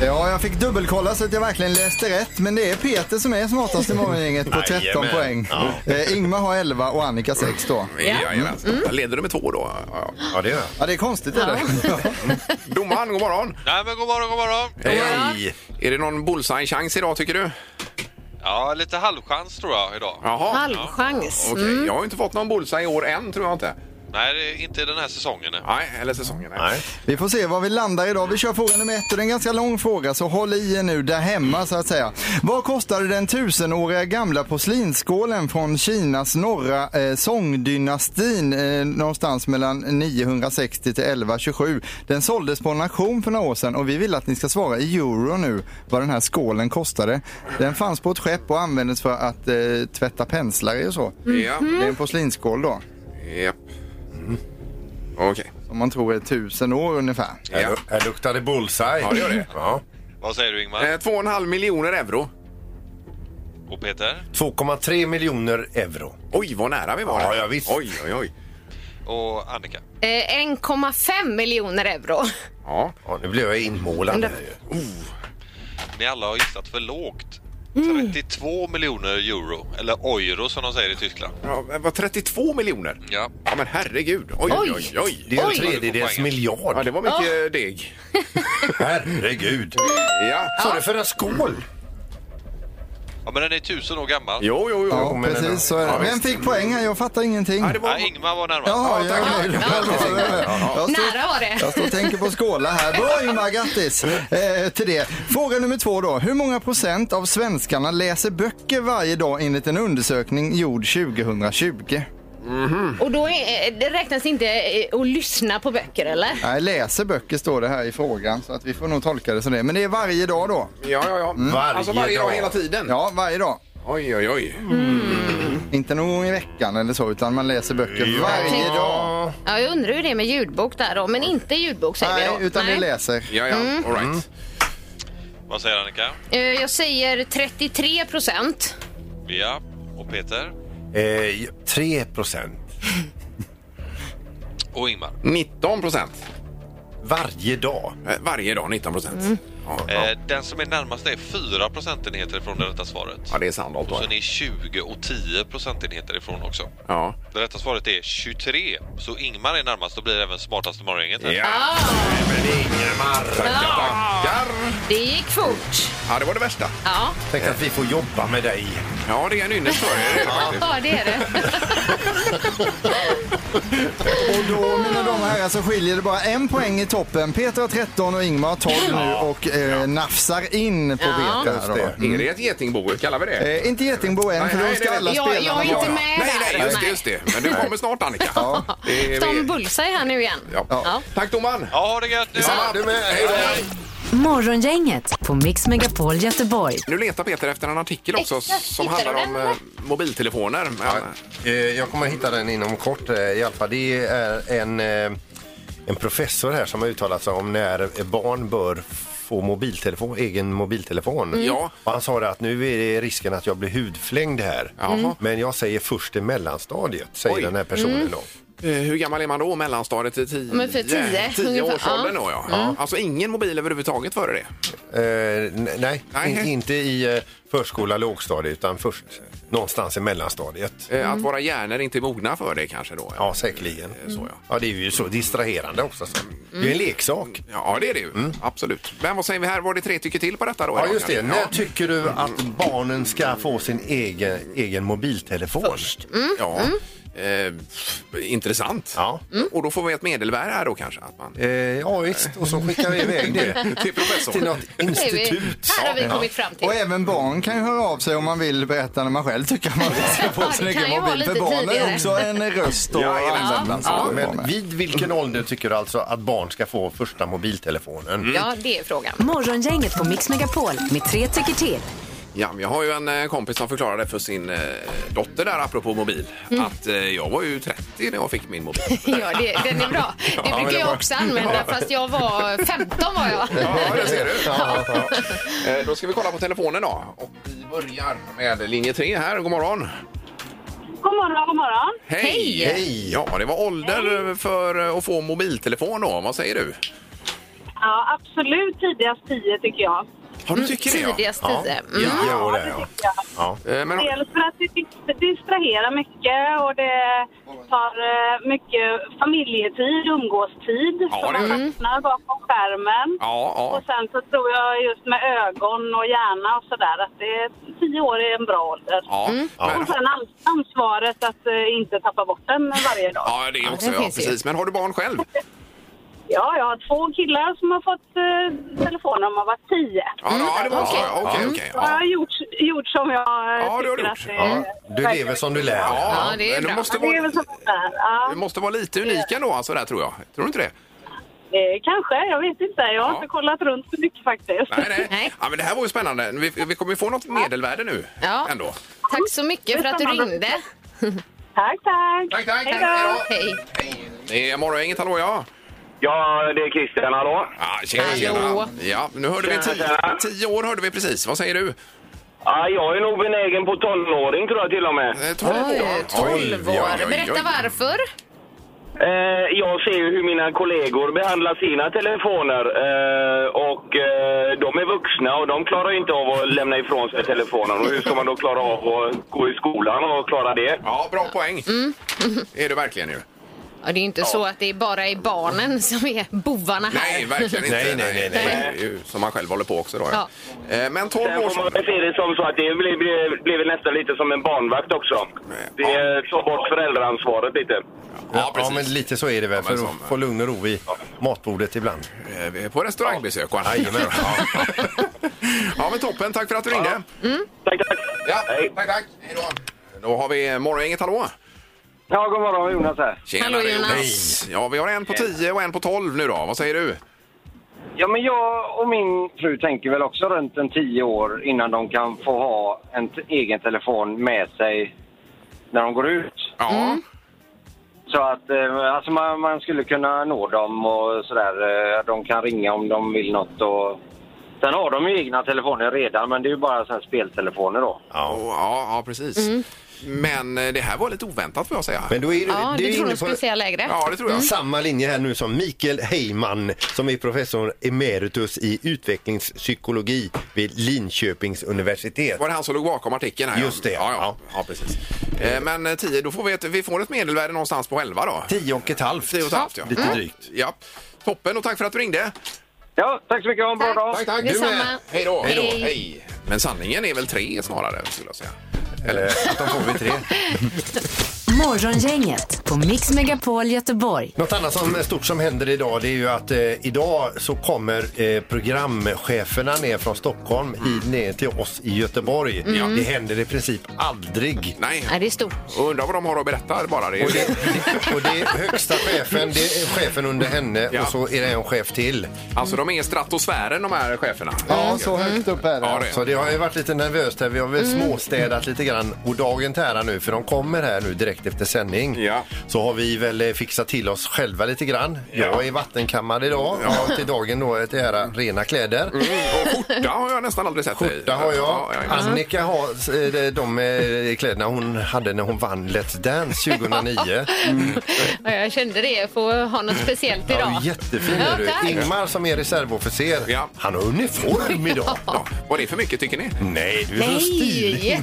[SPEAKER 5] Ja, jag fick dubbelkolla så att jag verkligen läste rätt. Men det är Peter som är smartast i morgongänget på 13
[SPEAKER 4] Jajamän.
[SPEAKER 5] poäng. Eh, Ingmar har 11 och Annika 6 då.
[SPEAKER 2] Jajamensan.
[SPEAKER 4] Mm.
[SPEAKER 2] Leder du med två då? Ja, ja.
[SPEAKER 4] Ja, det gör jag.
[SPEAKER 5] Ja, det är konstigt är det.
[SPEAKER 2] Domaren, god morgon!
[SPEAKER 8] Nej men god morgon, god morgon.
[SPEAKER 4] Hej!
[SPEAKER 2] Är det någon bullseye-chans idag tycker du?
[SPEAKER 8] Ja, lite halvchans tror jag idag.
[SPEAKER 2] Jaha.
[SPEAKER 3] Halvchans.
[SPEAKER 2] Okej,
[SPEAKER 4] Mm.
[SPEAKER 2] jag har ju inte fått någon bullseye i år än tror jag inte.
[SPEAKER 8] Nej, det är inte den här säsongen.
[SPEAKER 2] Nej, eller säsongen.
[SPEAKER 4] Nej.
[SPEAKER 5] Vi får se var vi landar idag. Vi kör fråga nummer ett och det är en ganska lång fråga så håll i er nu där hemma så att säga. Vad kostade den tusenåriga gamla porslinsskålen från Kinas norra eh, Songdynastin eh, någonstans mellan 960 till 1127? Den såldes på en auktion för några år sedan och vi vill att ni ska svara i euro nu vad den här skålen kostade. Den fanns på ett skepp och användes för att eh, tvätta penslar i och så.
[SPEAKER 2] Ja,
[SPEAKER 5] Det är en porslinsskål då
[SPEAKER 2] japp. Okej.
[SPEAKER 5] som man tror är tusen år ungefär.
[SPEAKER 4] Här,
[SPEAKER 2] Ja.
[SPEAKER 4] lu- här luktar det bullseye.
[SPEAKER 2] Ja, det gör det.
[SPEAKER 4] Ja.
[SPEAKER 8] Vad säger du Ingmar?
[SPEAKER 2] Eh, 2,5 miljoner euro.
[SPEAKER 8] Och Peter?
[SPEAKER 4] 2,3 miljoner euro.
[SPEAKER 2] Oj, vad nära vi var.
[SPEAKER 4] Ja,
[SPEAKER 2] där.
[SPEAKER 4] ja, visst.
[SPEAKER 2] Oj, oj, oj.
[SPEAKER 8] Och Annika?
[SPEAKER 3] Eh, 1,5 miljoner euro.
[SPEAKER 2] Ja.
[SPEAKER 4] Ja, nu blev jag inmålad här ju.
[SPEAKER 8] Ni alla har gissat för lågt.
[SPEAKER 2] Mm.
[SPEAKER 8] 32 miljoner euro, eller euro som de säger i Tyskland.
[SPEAKER 2] Ja, men var 32 miljoner?
[SPEAKER 8] Ja.
[SPEAKER 2] Ja, men herregud. Oj, oj, oj. oj.
[SPEAKER 4] Det är en
[SPEAKER 3] Oj.
[SPEAKER 4] tredjedels
[SPEAKER 2] Ja,
[SPEAKER 4] miljard.
[SPEAKER 2] det var mycket deg.
[SPEAKER 4] Herregud.
[SPEAKER 2] Ja.
[SPEAKER 4] Sa du för en skål?
[SPEAKER 8] Ja, men den är tusen år gammal.
[SPEAKER 2] Jo, jo, jo.
[SPEAKER 5] Ja,
[SPEAKER 4] men-
[SPEAKER 5] precis så är
[SPEAKER 2] Ja,
[SPEAKER 5] det. Vem
[SPEAKER 2] visst.
[SPEAKER 5] fick poäng här? Jag fattar ingenting.
[SPEAKER 2] Ja, det var...
[SPEAKER 8] Ja, Ingmar var närmast.
[SPEAKER 5] Jaha, jag,
[SPEAKER 2] tack.
[SPEAKER 5] jag, jag, står-
[SPEAKER 3] Nära var det.
[SPEAKER 5] jag står och tänker på Skåla här. Bra Ingmar, grattis eh, till det. Fråga nummer två då. Hur många procent av svenskarna läser böcker varje dag enligt en undersökning gjord 2020?
[SPEAKER 3] Och då är, eh, det räknas inte eh, att lyssna på böcker eller?
[SPEAKER 5] Nej, läser böcker står det här i frågan så att vi får nog tolka det som det. Men det är varje dag då?
[SPEAKER 2] Ja, ja, ja.
[SPEAKER 4] Varje
[SPEAKER 2] alltså varje dag
[SPEAKER 4] dag.
[SPEAKER 2] hela tiden?
[SPEAKER 5] Ja, varje dag.
[SPEAKER 2] Oj, oj, oj.
[SPEAKER 5] Inte någon gång i veckan eller så utan man läser böcker varje dag.
[SPEAKER 3] Ja, jag undrar hur det är med ljudbok där då, men inte ljudbok säger vi
[SPEAKER 5] Nej,
[SPEAKER 3] då.
[SPEAKER 5] utan vi läser.
[SPEAKER 2] Ja, ja. All right.
[SPEAKER 8] Vad säger Annika?
[SPEAKER 3] Eh, Jag säger 33 procent.
[SPEAKER 8] Ja. Och Peter?
[SPEAKER 4] Eh, 3 procent.
[SPEAKER 8] Och Ingmar?
[SPEAKER 2] 19 procent. Eh,
[SPEAKER 4] Varje dag.
[SPEAKER 2] Varje dag 19 procent. Ja, ja.
[SPEAKER 8] Eh, den som är närmast är 4 procentenheter ifrån det rätta svaret.
[SPEAKER 2] ja, det är Sandholt då.
[SPEAKER 8] Så ni är 20 och 10 procentenheter ifrån också.
[SPEAKER 2] Ja.
[SPEAKER 8] Det rätta svaret är 23. Så Ingmar är närmast och blir även smartaste morgongänget. här.
[SPEAKER 2] Ja, tackar.
[SPEAKER 3] Det gick fort.
[SPEAKER 2] Ja, det var det värsta.
[SPEAKER 3] Ja,
[SPEAKER 4] Tänk att vi får jobba med dig.
[SPEAKER 2] Ja, det är en ynnest för er faktiskt.
[SPEAKER 3] ja det är det.
[SPEAKER 5] Och då mina damer och herrar så skiljer det bara en poäng i toppen. Peter har 13 och Ingmar har 12 nu och eh, nafsar in på
[SPEAKER 3] Ja.
[SPEAKER 5] Peter här då.
[SPEAKER 2] Mm. Är det ett getingbo? Kallar vi det?
[SPEAKER 5] Eh, inte Getingbo än,
[SPEAKER 2] Nej,
[SPEAKER 5] för
[SPEAKER 2] nej,
[SPEAKER 5] då ska
[SPEAKER 2] det-
[SPEAKER 5] alla
[SPEAKER 3] Jag-
[SPEAKER 5] spelarna
[SPEAKER 3] jag är inte
[SPEAKER 5] vara.
[SPEAKER 3] med.
[SPEAKER 2] Nej, nej, just det,
[SPEAKER 3] Nej.
[SPEAKER 2] just det. Men du kommer snart, Annika. Ja. Det är
[SPEAKER 3] Står med
[SPEAKER 2] vi...
[SPEAKER 3] bullseye här nu igen.
[SPEAKER 2] ja.
[SPEAKER 3] Ja.
[SPEAKER 2] Tack, domaren.
[SPEAKER 8] Ja, ha det gött nu!
[SPEAKER 4] Du med, hej då.
[SPEAKER 1] Morgongänget på Mix Megapol Göteborg.
[SPEAKER 2] Nu letar Peter efter en artikel också
[SPEAKER 3] Exakt,
[SPEAKER 2] som
[SPEAKER 3] hittar
[SPEAKER 2] handlar
[SPEAKER 3] du
[SPEAKER 2] om
[SPEAKER 3] den,
[SPEAKER 2] eh, mobiltelefoner. Men,
[SPEAKER 4] Eh, Jag kommer hitta den inom kort eh, i alla fall. Det är en, eh, en professor här som har uttalat sig om när barn bör få mobiltelefon, egen mobiltelefon.
[SPEAKER 2] Mm. Ja.
[SPEAKER 4] Och han sa det att nu är det risken att jag blir hudflängd här.
[SPEAKER 2] Jaha.
[SPEAKER 4] Men jag säger först i mellanstadiet, säger
[SPEAKER 2] Mm. Oj.
[SPEAKER 4] den här personen då.
[SPEAKER 2] eh, hur gammal är man då? Mellanstadiet till 10?
[SPEAKER 3] Men för tio, ungefär,
[SPEAKER 2] årsåldern
[SPEAKER 3] ja.
[SPEAKER 2] då, ja. Alltså ingen mobil överhuvudtaget före det?
[SPEAKER 4] Eh, n- nej,
[SPEAKER 2] Nej.
[SPEAKER 4] in, inte i eh, förskola, lågstadiet utan först någonstans i mellanstadiet.
[SPEAKER 2] Eh,
[SPEAKER 3] Mm.
[SPEAKER 2] Att våra hjärnor inte är mogna för det kanske då?
[SPEAKER 4] Ja, säkerligen.
[SPEAKER 3] Eh,
[SPEAKER 2] Så, ja.
[SPEAKER 4] Ja, det är ju så distraherande också. Så. Det är
[SPEAKER 3] Mm.
[SPEAKER 4] en leksak.
[SPEAKER 2] Ja, det är det ju. Absolut. Men vad säger vi här? Var det tre tycker till på detta då?
[SPEAKER 4] Mm. Ja,
[SPEAKER 2] idag
[SPEAKER 4] just det.
[SPEAKER 2] kanske?
[SPEAKER 4] När tycker du att barnen ska få sin egen, egen mobiltelefon? Först.
[SPEAKER 3] Mm.
[SPEAKER 2] Ja. Eh, pff, intressant.
[SPEAKER 4] Ja.
[SPEAKER 3] Mm.
[SPEAKER 2] Och då får vi ett medelvärde här då kanske? Att man...
[SPEAKER 4] Eh, ja, visst. Och så skickar vi iväg det
[SPEAKER 2] Till professorn.
[SPEAKER 4] till något
[SPEAKER 3] Det är vi.
[SPEAKER 4] institut.
[SPEAKER 3] Här har vi kommit fram till.
[SPEAKER 5] Och även barn kan ju höra av sig om man vill berätta när man själv tycker att man ska få sin
[SPEAKER 3] Det
[SPEAKER 5] egen
[SPEAKER 3] kan ju vara
[SPEAKER 5] mobil. För
[SPEAKER 3] lite
[SPEAKER 5] barn är
[SPEAKER 3] tidigare.
[SPEAKER 5] också en röst och
[SPEAKER 2] Ja, ja,
[SPEAKER 5] använda sig
[SPEAKER 4] Ja,
[SPEAKER 5] av barn
[SPEAKER 4] men
[SPEAKER 5] med.
[SPEAKER 4] vid vilken ålder tycker du alltså att barn ska få första mobiltelefonen?
[SPEAKER 3] Ja, det är frågan.
[SPEAKER 1] Morgongänget på Mix Megapol med tre tycker till.
[SPEAKER 2] Ja, jag har ju en eh, kompis som förklarade för sin eh, dotter där apropå mobil att eh, jag var ju 30 när jag fick min mobil.
[SPEAKER 3] Ja, det, den är bra. Det
[SPEAKER 2] men
[SPEAKER 3] brukar
[SPEAKER 2] det
[SPEAKER 3] jag
[SPEAKER 2] var-
[SPEAKER 3] också använda, fast jag var 15 var jag.
[SPEAKER 2] Ja, det ser du. Eh, Då ska vi kolla på telefonen då. Och vi börjar med linje 3 här. God morgon.
[SPEAKER 6] God morgon, god morgon.
[SPEAKER 2] Hej!
[SPEAKER 3] Hej.
[SPEAKER 2] Ja, det var ålder eh, för eh, att få mobiltelefon då. Vad säger du?
[SPEAKER 6] Ja, absolut tidigast 10 tycker jag.
[SPEAKER 2] Ja, du tycker det ja.
[SPEAKER 3] Mm, Tidigast 10. Mm.
[SPEAKER 4] Ja, ja, det, ja.
[SPEAKER 6] tycker jag.
[SPEAKER 2] Eh, Men,
[SPEAKER 6] Dels för att det dis- distraherar mycket och det tar eh, mycket familjetid, umgåstid.
[SPEAKER 2] Ja,
[SPEAKER 6] så
[SPEAKER 2] det
[SPEAKER 6] man
[SPEAKER 2] gör det.
[SPEAKER 6] fastnar bakom skärmen.
[SPEAKER 2] ja, ja.
[SPEAKER 6] Och sen så tror jag just med ögon och hjärna och sådär att det, tio år är en bra ålder.
[SPEAKER 2] Ja, men,
[SPEAKER 6] Och sen ans- ansvaret att eh, inte tappa bort den varje dag.
[SPEAKER 2] ja, det är också.
[SPEAKER 3] den
[SPEAKER 2] Ja,
[SPEAKER 3] finns ju.
[SPEAKER 2] precis. Men har du barn själv?
[SPEAKER 6] Ja, jag har två killar som har fått eh, telefoner när de har varit tio.
[SPEAKER 2] Ja, ja det var så. Ja, Okej, okej.
[SPEAKER 6] Då har
[SPEAKER 2] Ja.
[SPEAKER 6] jag gjort, gjort som jag
[SPEAKER 2] Ja,
[SPEAKER 6] eh,
[SPEAKER 2] det har du
[SPEAKER 6] tycker
[SPEAKER 2] gjort.
[SPEAKER 6] att det
[SPEAKER 4] Ja, du lever som du lär.
[SPEAKER 2] Ja,
[SPEAKER 3] Ja, det är
[SPEAKER 2] men du
[SPEAKER 3] bra.
[SPEAKER 2] måste
[SPEAKER 6] Ja, det är
[SPEAKER 2] vara,
[SPEAKER 6] väl som det är. Ja,
[SPEAKER 2] du måste vara lite unik ändå, alltså, där, tror jag. Tror du inte det?
[SPEAKER 6] eh, kanske, jag vet inte. Jag har
[SPEAKER 2] Ja.
[SPEAKER 6] inte kollat runt så mycket faktiskt.
[SPEAKER 2] Nej, nej.
[SPEAKER 3] Nej.
[SPEAKER 2] Ja, men det här var ju spännande. Vi, vi kommer ju få något medelvärde nu
[SPEAKER 3] Ja.
[SPEAKER 2] ändå.
[SPEAKER 3] Tack så mycket för att du ringde.
[SPEAKER 6] Tack, tack.
[SPEAKER 2] Tack, tack.
[SPEAKER 6] Hej
[SPEAKER 2] Hej
[SPEAKER 6] då.
[SPEAKER 2] då.
[SPEAKER 3] Hej.
[SPEAKER 2] Det är morgongänget, hallå ja.
[SPEAKER 7] Ja, det är Christian, hallå?
[SPEAKER 2] Ja, tjena, tjena. Ja, nu hörde vi tio, tio år hörde vi precis. Vad säger du? Eh,
[SPEAKER 7] Ja, jag är nog benägen på tonåring tror jag till och med.
[SPEAKER 3] Oj, 12 år. Berätta varför.
[SPEAKER 7] Eh, jag ser ju hur mina kollegor behandlar sina telefoner. Eh, och eh, de är vuxna och de klarar ju inte av att lämna ifrån sig telefonen. Och hur ska man då klara av att gå i skolan och klara det?
[SPEAKER 2] Ja, bra poäng.
[SPEAKER 3] Mm.
[SPEAKER 2] Är du verkligen nu?
[SPEAKER 3] Ja, det är ju inte så att det bara är barnen som är bovarna här.
[SPEAKER 2] Nej, verkligen inte.
[SPEAKER 4] Nej, nej, nej,
[SPEAKER 2] Det
[SPEAKER 4] nej.
[SPEAKER 2] är ju Som man själv håller på också då. Ja. Eh, Men 12
[SPEAKER 7] Sen
[SPEAKER 2] år
[SPEAKER 7] får man
[SPEAKER 2] som...
[SPEAKER 7] väl se det som så att det blir, blir, blir väl nästan lite som en barnvakt också. Det eh, tar bort föräldraansvaret lite.
[SPEAKER 2] Ja,
[SPEAKER 4] Ja,
[SPEAKER 2] precis.
[SPEAKER 4] men lite så är det väl, för
[SPEAKER 2] men
[SPEAKER 4] att
[SPEAKER 2] som-
[SPEAKER 4] få lugn och ro i matbordet ibland.
[SPEAKER 2] Eh, vi är På restaurangbesök och annat.
[SPEAKER 4] Jajamän.
[SPEAKER 2] Ja. ja, men toppen. Tack för att du ringde.
[SPEAKER 7] Tack, tack.
[SPEAKER 2] Ja,
[SPEAKER 7] Hej.
[SPEAKER 2] tack, tack. Hej då. Då har vi morgongänget, hallå?
[SPEAKER 7] Ja, god morgon Jonas här.
[SPEAKER 2] Tjena,
[SPEAKER 3] Hallå,
[SPEAKER 2] det är
[SPEAKER 3] Jonas.
[SPEAKER 2] Ja, vi har en på 10 och en på 12 nu då. Vad säger du?
[SPEAKER 7] Ja, men jag och min fru tänker väl också runt en tio år innan de kan få ha en t- egen telefon med sig när de går ut.
[SPEAKER 2] Ja.
[SPEAKER 4] Mm.
[SPEAKER 7] Så att eh, alltså man, man skulle kunna nå dem och sådär. eh, De kan ringa om de vill något. Och... Sen har de ju egna telefoner redan, men det är ju bara såna här speltelefoner då.
[SPEAKER 2] Ja, ja, ja precis. Men eh, det här var lite oväntat får jag säga.
[SPEAKER 4] Mm. Men då är du, Mm.
[SPEAKER 3] Ja,
[SPEAKER 4] du är
[SPEAKER 3] du tror Mm.
[SPEAKER 4] inne
[SPEAKER 3] de
[SPEAKER 4] på
[SPEAKER 3] skulle säga lägre.
[SPEAKER 2] Ja, det tror jag.
[SPEAKER 4] samma linje här nu som Mikael Heyman som är professor emeritus i utvecklingspsykologi vid Linköpings universitet.
[SPEAKER 2] Var det han som låg bakom artikeln? Här,
[SPEAKER 4] Just det,
[SPEAKER 2] Ja, ja,
[SPEAKER 4] ja.
[SPEAKER 2] ja precis. Eh, Men eh, 10, då får vi ett, vi får ett medelvärde någonstans på 11 då.
[SPEAKER 4] Tio och ett halvt.
[SPEAKER 2] 10 och ett halvt, ja.
[SPEAKER 4] Lite
[SPEAKER 2] Mm.
[SPEAKER 4] drygt.
[SPEAKER 2] Ja. Toppen och tack för att du ringde.
[SPEAKER 7] Ja, tack så mycket. Ha en bra dag.
[SPEAKER 4] tack. Du
[SPEAKER 3] Detsamma.
[SPEAKER 4] med.
[SPEAKER 2] Hej då.
[SPEAKER 3] Hej då.
[SPEAKER 2] Hej. Men sanningen är väl 3 snarare skulle jag säga.
[SPEAKER 4] Eller att de får vid tre.
[SPEAKER 1] Morgongänget på Mix Megapol Göteborg.
[SPEAKER 4] Något annat som är stort som händer idag det är ju att eh, idag så kommer eh, programcheferna ner från Stockholm
[SPEAKER 2] Mm.
[SPEAKER 4] hit ner till oss i Göteborg. Det händer i princip aldrig.
[SPEAKER 2] Nej.
[SPEAKER 3] Nej, det är stort.
[SPEAKER 2] Och undrar vad de har att berätta bara. Det är...
[SPEAKER 4] Och det, och det är högsta chefen, det är chefen under henne
[SPEAKER 2] Ja.
[SPEAKER 4] och så är det en chef till.
[SPEAKER 2] Alltså de är i stratosfären de här cheferna.
[SPEAKER 5] Ja, så högt upp är det.
[SPEAKER 2] Ja, det är. Mm.
[SPEAKER 4] Så det har ju varit lite nervöst här. Vi har väl småstädat lite grann och dagen tärar nu för de kommer här nu direkt efter sändning.
[SPEAKER 2] Ja.
[SPEAKER 4] Så har vi väl eh, fixat till oss själva lite grann. Jag är vattenkammad idag och till dagen då är det här rena kläder.
[SPEAKER 2] Mm, och skjorta har jag nästan aldrig sett dig i.
[SPEAKER 4] Skjorta har jag. Alltså.
[SPEAKER 2] Ja, ja, ja.
[SPEAKER 4] Annika har eh, de, de eh, kläderna hon hade när hon vann Let's Dance 2009.
[SPEAKER 3] Ja, jag kände det. Jag får ha något speciellt
[SPEAKER 4] Ja,
[SPEAKER 3] idag.
[SPEAKER 4] jättefin
[SPEAKER 3] Ja,
[SPEAKER 4] är
[SPEAKER 3] tack.
[SPEAKER 4] du. Ingmar som är reservofficer,
[SPEAKER 2] Ja.
[SPEAKER 4] han har uniform idag.
[SPEAKER 2] Ja, var det för mycket tycker ni?
[SPEAKER 4] Nej, du är
[SPEAKER 3] Nej,
[SPEAKER 4] så stilig.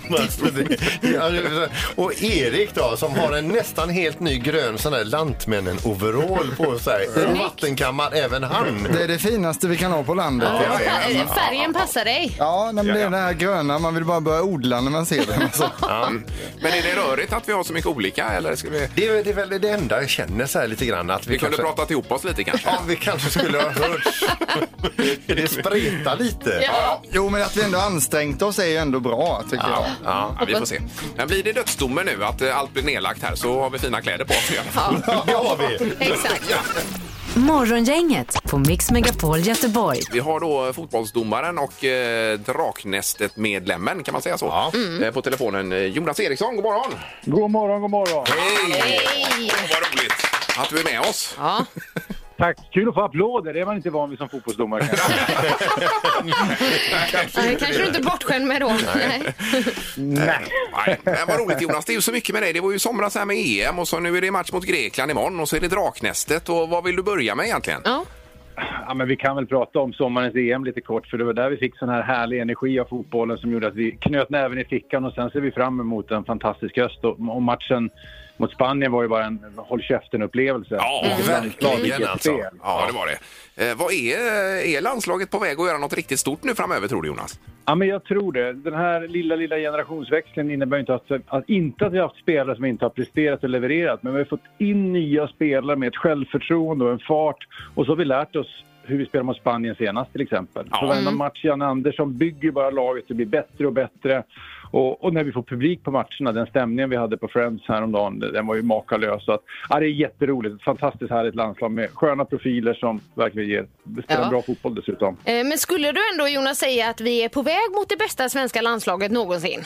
[SPEAKER 4] Ja, det är så- och Erik då, som har en nästan helt ny grön sån där Lantmännen-overall på sig. Och vattenkammad även han.
[SPEAKER 5] Det är det finaste vi kan ha på landet. Ja,
[SPEAKER 3] Fa- Färgen passar dig.
[SPEAKER 5] ja nej, men det är det här gröna. Man vill bara börja odla när man ser det. Alltså.
[SPEAKER 2] Mm. Men är det rörigt att vi har så mycket olika? Eller ska vi...
[SPEAKER 4] Det är, det är väl det enda jag känner så här lite grann. Att vi,
[SPEAKER 2] Vi kunde
[SPEAKER 4] kanske,
[SPEAKER 2] pratat ihop oss lite kanske.
[SPEAKER 4] Ja, vi kanske skulle ha hörts. det spretar lite.
[SPEAKER 3] Ja.
[SPEAKER 5] Jo, men att vi ändå ansträngt oss är ju ändå bra, tycker jag.
[SPEAKER 2] Ja, vi får se. Men blir det dödsdomen nu att eh, allt blir nedlagt här så har vi fina kläder på oss i alla fall.
[SPEAKER 4] Det har vi.
[SPEAKER 3] Exakt.
[SPEAKER 1] Morgongänget på Mix Megapol Göteborg.
[SPEAKER 2] Vi har då fotbollsdomaren och eh, Draknästet-medlemmen, kan man säga så? Eh, På telefonen eh, Jonas Eriksson, god morgon!
[SPEAKER 9] God morgon, god morgon.
[SPEAKER 2] Hej!
[SPEAKER 3] Hej.
[SPEAKER 2] Åh, Vad roligt att du är med oss!
[SPEAKER 3] Ja.
[SPEAKER 9] Tack. Kul att få applåder. Det är man inte van vid som fotbollsdomare.
[SPEAKER 3] Ja, det kanske du inte är bortskämd med då. Nej.
[SPEAKER 2] Nej, men vad roligt Jonas, det är ju så mycket med dig. Det var ju i somras här med EM och så nu är det match mot Grekland imorgon och så är det Draknästet. Och vad vill du börja med egentligen?
[SPEAKER 3] Ja.
[SPEAKER 9] ja, men vi kan väl prata om sommarens EM lite kort, för det var där vi fick sån här härlig energi av fotbollen som gjorde att vi knöt näven i fickan och sen ser vi fram emot en fantastisk höst. Och, och matchen mot Spanien var ju bara en håll käften-upplevelse.
[SPEAKER 2] Ja,
[SPEAKER 4] Verkligen
[SPEAKER 9] Vilket
[SPEAKER 4] alltså.
[SPEAKER 9] spel.
[SPEAKER 2] Ja, det var det. Eh, vad är, är landslaget på väg att göra något riktigt stort nu framöver tror du Jonas?
[SPEAKER 9] Ja, men jag tror det. Den här lilla, lilla generationsväxlingen innebär ju inte att, att, inte att vi har haft spelare som inte har presterat och levererat, men vi har fått in nya spelare med ett självförtroende och en fart. Och så har vi lärt oss hur vi spelade mot Spanien senast till exempel.
[SPEAKER 2] Ja.
[SPEAKER 9] Så varenda
[SPEAKER 2] Mm.
[SPEAKER 9] match Janne Andersson bygger bara laget, det blir bättre och bättre. Och, och när vi får publik på matcherna, den stämningen vi hade på Friends häromdagen, den var ju makalös. Så att, ja, det är jätteroligt, ett fantastiskt härligt landslag med sköna profiler som verkligen ger, spelar
[SPEAKER 3] Ja.
[SPEAKER 9] bra fotboll dessutom.
[SPEAKER 3] Eh, Men skulle du ändå Jonas säga att vi är på väg mot det bästa svenska landslaget någonsin?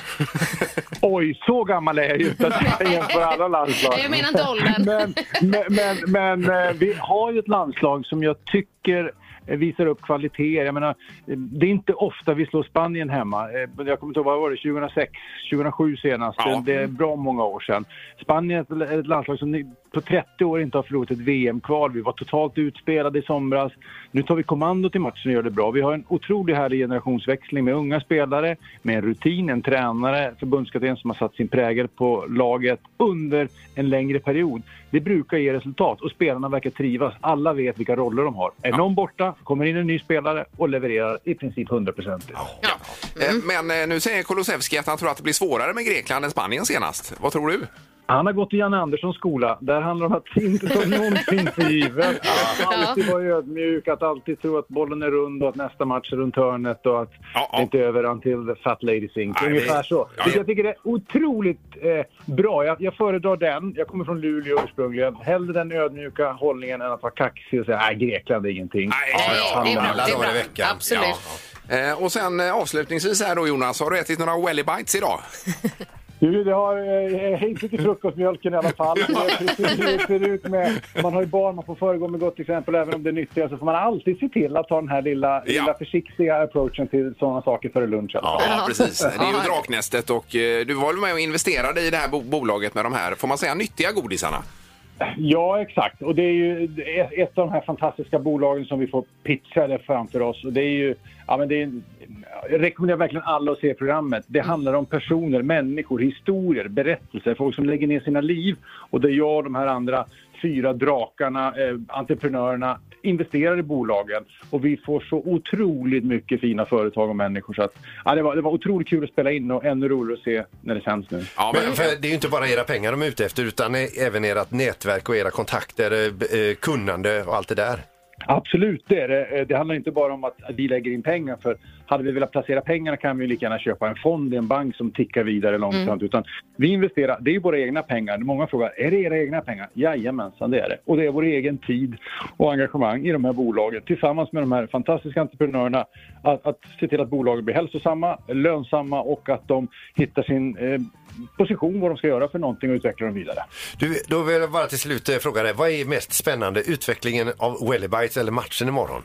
[SPEAKER 9] Oj, så gammal är jag ju inte att jag kan jämföra alla landslag.
[SPEAKER 3] Jag menar inte åldern.
[SPEAKER 9] Men, men, men, men eh, vi har ju ett landslag som jag tycker eh, visar upp kvaliteter. Jag menar, eh, det är inte ofta vi slår Spanien hemma. Eh, men Jag kommer inte ihåg, vad var det, 2006, 2007 senast?
[SPEAKER 2] Ja.
[SPEAKER 9] Det, det är bra många år sedan. Spanien är ett- är ett landslag som ni- på 30 år inte har förlorat ett VM-kval. Vi var totalt utspelade i somras. Nu tar vi kommandot i matchen och gör det bra. Vi har en otroligt härlig generationsväxling med unga spelare, med en rutin, en tränare, förbundskapten som har satt sin prägel på laget under en längre period. Det brukar ge resultat och spelarna verkar trivas. Alla vet vilka roller de har. Är någon borta kommer in en ny spelare och levererar i princip 100 procent.
[SPEAKER 2] Eh, Men eh, nu säger Kulusevski att han tror att det blir svårare med Grekland än Spanien senast. Vad tror du?
[SPEAKER 9] Han har gått i Janne Anderssons skola. Där handlar det om att inte ta någonting för givet. Att alltid vara ödmjuk, att alltid tro att bollen är rund och att nästa match är runt hörnet och att det inte är över until the fat lady sink.
[SPEAKER 2] Nej,
[SPEAKER 9] Ungefär
[SPEAKER 2] det-
[SPEAKER 9] så.
[SPEAKER 2] Ja,
[SPEAKER 9] Vilket Jag tycker det är otroligt eh, bra. Jag, jag föredrar den. Jag kommer från Luleå ursprungligen. Hellre den ödmjuka hållningen än att vara kaxig och säga nej, Grekland är ingenting.
[SPEAKER 2] Ja,
[SPEAKER 9] Fan,
[SPEAKER 2] alla
[SPEAKER 9] men-
[SPEAKER 2] dagar i veckan.
[SPEAKER 9] Absolut.
[SPEAKER 2] Ja. Eh, Och sen eh, avslutningsvis här då Jonas, har du ätit några Wellibites idag?
[SPEAKER 9] Du, det har eh, hejsigt i frukostmjölken i alla fall. Det är precis hur det ser ut med, man har ju barn, man får föregå med gott exempel även om det är nyttiga. Så får man alltid se till att ta den här lilla, lilla försiktiga approachen till sådana saker före lunch. i alla fall.
[SPEAKER 2] Ja, precis. Det är ju Draknästet och eh, du var väl med och investerade i det här bo- bolaget med de här, får man säga, nyttiga godisarna?
[SPEAKER 9] Ja, exakt. Och det är ju ett av de här fantastiska bolagen som vi får pitchade framför oss. Och det är ju, ja, men det är, jag rekommenderar verkligen alla att se programmet. Det handlar om personer, människor, historier, berättelser. Folk som lägger ner sina liv. Och där jag och de här andra fyra drakarna, eh, entreprenörerna, investerar i bolagen. Och vi får så otroligt mycket fina företag och människor. Så att, ja, det, var, det var otroligt kul att spela in och ännu roligare att se när det sänds nu.
[SPEAKER 4] men för det är ju inte bara era pengar de är ute efter utan e- även ert nätverk och era kontakter, eh, b- eh, kunnande och allt det där.
[SPEAKER 9] Absolut, det är det. Eh, Det handlar inte bara om att att vi lägger in pengar. För hade vi velat placera pengarna kan vi ju lika gärna köpa en fond i en bank som tickar vidare långsamt.
[SPEAKER 10] Mm.
[SPEAKER 9] Utan vi investerar, det är ju våra egna pengar. Många frågar, är det era egna pengar? Jajamensan, det är det. Och det är vår egen tid och engagemang i de här bolagen tillsammans med de här fantastiska entreprenörerna. Att, att se till att bolagen blir hälsosamma, lönsamma och att de hittar sin eh, position, vad de ska göra för någonting och utvecklar dem vidare.
[SPEAKER 4] Du, då vill jag bara till slut eh, fråga dig, vad är mest spännande, utvecklingen av Wellibites eller matchen imorgon?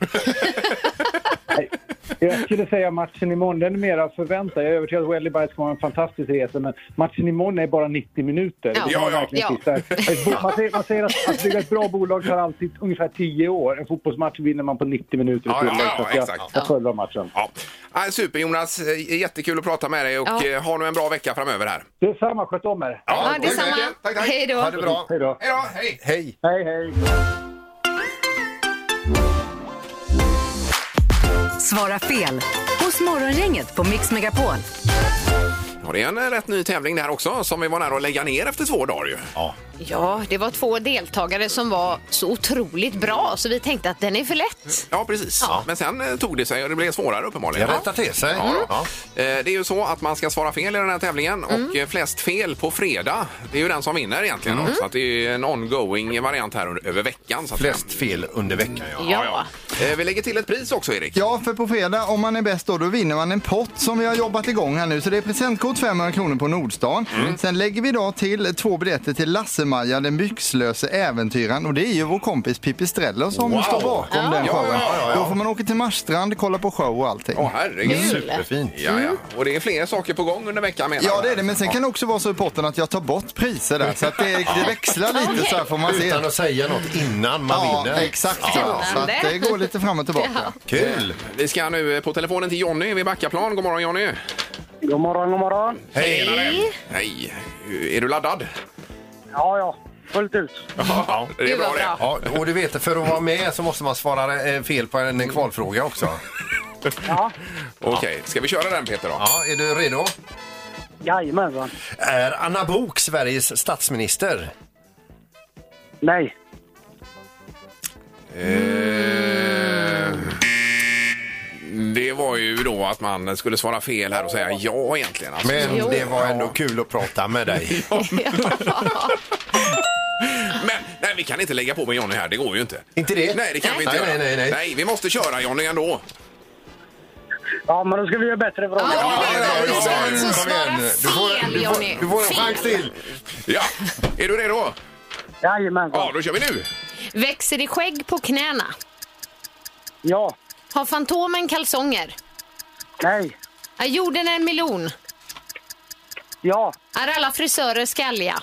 [SPEAKER 9] Jag skulle säga matchen imorgon. Den är mer att förvänta. Jag är övertygad att Welly Bites kommer ha en fantastisk resa. Men matchen imorgon är bara 90 minuter.
[SPEAKER 2] Ja.
[SPEAKER 9] Det kan
[SPEAKER 2] Ja,
[SPEAKER 9] man
[SPEAKER 2] ja.
[SPEAKER 9] verkligen
[SPEAKER 2] Ja.
[SPEAKER 9] titta. Ett bo- Man säger, man säger att, att bygga ett bra bolag tar alltid ungefär 10 år. En fotbollsmatch vinner man på 90 minuter. i
[SPEAKER 2] Ja, ja,
[SPEAKER 9] tillägg,
[SPEAKER 2] ja,
[SPEAKER 9] så att jag-
[SPEAKER 2] exakt.
[SPEAKER 9] Jag föredrar matchen.
[SPEAKER 2] Ja. Ah, Super Jonas, Eh, jättekul att prata med dig och
[SPEAKER 9] Ja.
[SPEAKER 2] eh, ha nu en bra vecka framöver här.
[SPEAKER 9] Det är samma. Sköt om er.
[SPEAKER 2] Ja, tack detsamma. så mycket. Tack, tack. Hej då. Ha det bra.
[SPEAKER 9] Hej då.
[SPEAKER 2] Hej då, hej.
[SPEAKER 4] Hej.
[SPEAKER 9] Hej, hej.
[SPEAKER 1] Svara fel hos Morgongänget på Mix Megapol.
[SPEAKER 2] Ja, det är en eh, rätt ny tävling där också som vi var nära att lägga ner efter två dagar ju. Ja.
[SPEAKER 3] Ja, det var två deltagare som var så otroligt bra så vi tänkte att den är för lätt.
[SPEAKER 2] Ja, precis. Men sen eh, tog det sig och det blev svårare uppenbarligen.
[SPEAKER 4] Det rättar till sig.
[SPEAKER 2] Ja, då. Eh, Det är ju så att man ska svara fel i den här tävlingen och eh, flest fel på fredag, det är ju den som vinner egentligen. då. Så att det är ju en ongoing variant här under- över veckan. Så flest
[SPEAKER 4] fel under veckan, ja.
[SPEAKER 3] Ja.
[SPEAKER 2] Eh, Vi lägger till ett pris också, Erik.
[SPEAKER 5] Ja, för på fredag, om man är bäst då, då vinner man en pott som vi har jobbat igång här nu. Så det är presentkort 500 kronor på Nordstan.
[SPEAKER 4] Mm.
[SPEAKER 5] Sen lägger vi idag till två biljetter till Lasse-Maja, den byxlöse äventyraren. Och det är ju vår kompis Pippi Strello som
[SPEAKER 4] Wow.
[SPEAKER 5] står bakom
[SPEAKER 4] Ja.
[SPEAKER 5] den
[SPEAKER 4] Ja,
[SPEAKER 5] showen.
[SPEAKER 4] ja, ja, ja.
[SPEAKER 5] Då får man åka till Marstrand, kolla på show och allting.
[SPEAKER 2] Åh herregud.
[SPEAKER 5] Mm.
[SPEAKER 2] Ja, ja. Och det är fler saker på gång under veckan menar
[SPEAKER 5] Ja
[SPEAKER 2] du?
[SPEAKER 5] det är det, men sen kan det också vara så i potten att jag tar bort priser där. Så att det, det växlar lite så här får man se.
[SPEAKER 4] Utan att säga något innan man
[SPEAKER 5] ja,
[SPEAKER 4] vinner.
[SPEAKER 5] Exakt så.
[SPEAKER 4] Ja.
[SPEAKER 5] så att det går lite fram och tillbaka.
[SPEAKER 4] Kul!
[SPEAKER 2] Vi ska nu eh, på telefonen till Jonny vid Backaplan. God morgon Jonny!
[SPEAKER 10] God morgon, god morgon.
[SPEAKER 2] Hej! Hej! Är du laddad?
[SPEAKER 10] Ja, ja. Fullt ut.
[SPEAKER 2] Ja, det är bra det.
[SPEAKER 4] Ja, och du vet, för att vara med så måste man svara eh, fel på en en kvalfråga också.
[SPEAKER 10] Ja.
[SPEAKER 2] Okej, ska vi köra den Peter då?
[SPEAKER 4] Ja, är du redo?
[SPEAKER 10] Jajamensan.
[SPEAKER 4] Är Anna Bok Sveriges statsminister?
[SPEAKER 10] Nej.
[SPEAKER 2] Eh, Det var ju då att man skulle svara fel här och säga ja egentligen. Alltså.
[SPEAKER 4] Men det var ändå
[SPEAKER 2] Ja.
[SPEAKER 4] kul att prata med dig.
[SPEAKER 2] Men nej, vi kan inte lägga på med Johnny här, det går ju inte.
[SPEAKER 4] Inte det?
[SPEAKER 2] Nej, det kan vi inte
[SPEAKER 4] Nej,
[SPEAKER 2] göra.
[SPEAKER 4] nej, nej, nej.
[SPEAKER 2] vi måste köra Johnny ändå.
[SPEAKER 10] Ja, men då ska vi göra bättre ifrån oss.
[SPEAKER 4] Kom igen. Du får, du får, du får en chans till.
[SPEAKER 2] Ja, är du redo?
[SPEAKER 10] Jajamän.
[SPEAKER 2] Ja, då kör vi nu.
[SPEAKER 3] Växer i skägg på knäna?
[SPEAKER 10] Ja.
[SPEAKER 3] Har Fantomen kalsonger?
[SPEAKER 10] Nej.
[SPEAKER 3] Är jorden en miljon?
[SPEAKER 10] Ja.
[SPEAKER 3] Är alla frisörer skalliga?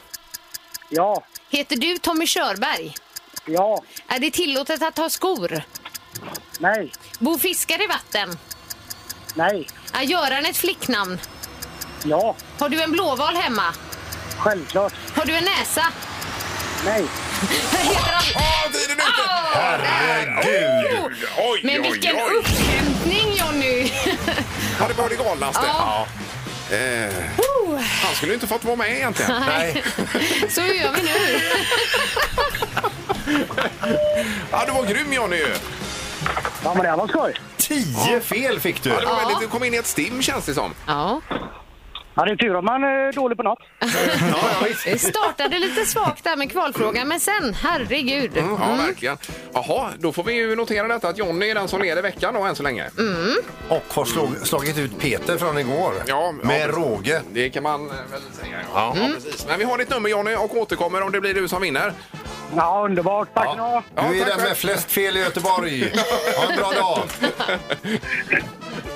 [SPEAKER 10] Ja.
[SPEAKER 3] Heter du Tommy Körberg?
[SPEAKER 10] Ja.
[SPEAKER 3] Är det tillåtet att ha skor?
[SPEAKER 10] Nej.
[SPEAKER 3] Bor fiskar i vatten?
[SPEAKER 10] Nej.
[SPEAKER 3] Är Göran ett flicknamn?
[SPEAKER 10] Ja.
[SPEAKER 3] Har du en blåval hemma?
[SPEAKER 10] Självklart.
[SPEAKER 3] Har du en näsa?
[SPEAKER 10] Nej.
[SPEAKER 3] Heter han...
[SPEAKER 2] Åh, tiden är ute!
[SPEAKER 4] Herregud!
[SPEAKER 2] Oj,
[SPEAKER 3] Men
[SPEAKER 2] oj,
[SPEAKER 3] vilken
[SPEAKER 2] oj.
[SPEAKER 3] upphämtning Jonny!
[SPEAKER 2] Ja, det var det galnaste.
[SPEAKER 3] Ja.
[SPEAKER 2] Eh, han skulle ju inte fått vara med egentligen.
[SPEAKER 3] Nej. Så hur gör vi nu?
[SPEAKER 2] Ja, du var grym Johnny ju.
[SPEAKER 10] Ja, men det här var skoj.
[SPEAKER 4] Tio fel fick du.
[SPEAKER 2] Ja, det var väldigt, du kom in i ett stim känns det som.
[SPEAKER 3] Ja.
[SPEAKER 10] Ja, det är tur om man är dålig på något.
[SPEAKER 3] Det startade lite svagt där med kvalfrågan, men sen, herregud.
[SPEAKER 2] Mm,
[SPEAKER 3] Mm.
[SPEAKER 2] Ja, verkligen. Jaha, då får vi ju notera detta att Johnny är den som leder veckan då än så länge.
[SPEAKER 4] Och har slog, slagit ut Peter från igår.
[SPEAKER 2] Ja, ja,
[SPEAKER 4] med
[SPEAKER 2] precis.
[SPEAKER 4] råge.
[SPEAKER 2] Det kan man eh, väl säga. Ja. Ja, precis. Men vi har ditt nummer Johnny och återkommer om det blir du som vinner.
[SPEAKER 10] Ja, underbart. Tack ska ni ha.
[SPEAKER 2] Ja,
[SPEAKER 4] Du är
[SPEAKER 2] tack
[SPEAKER 4] den
[SPEAKER 2] själv.
[SPEAKER 4] med flest fel i Göteborg. Ha en bra dag.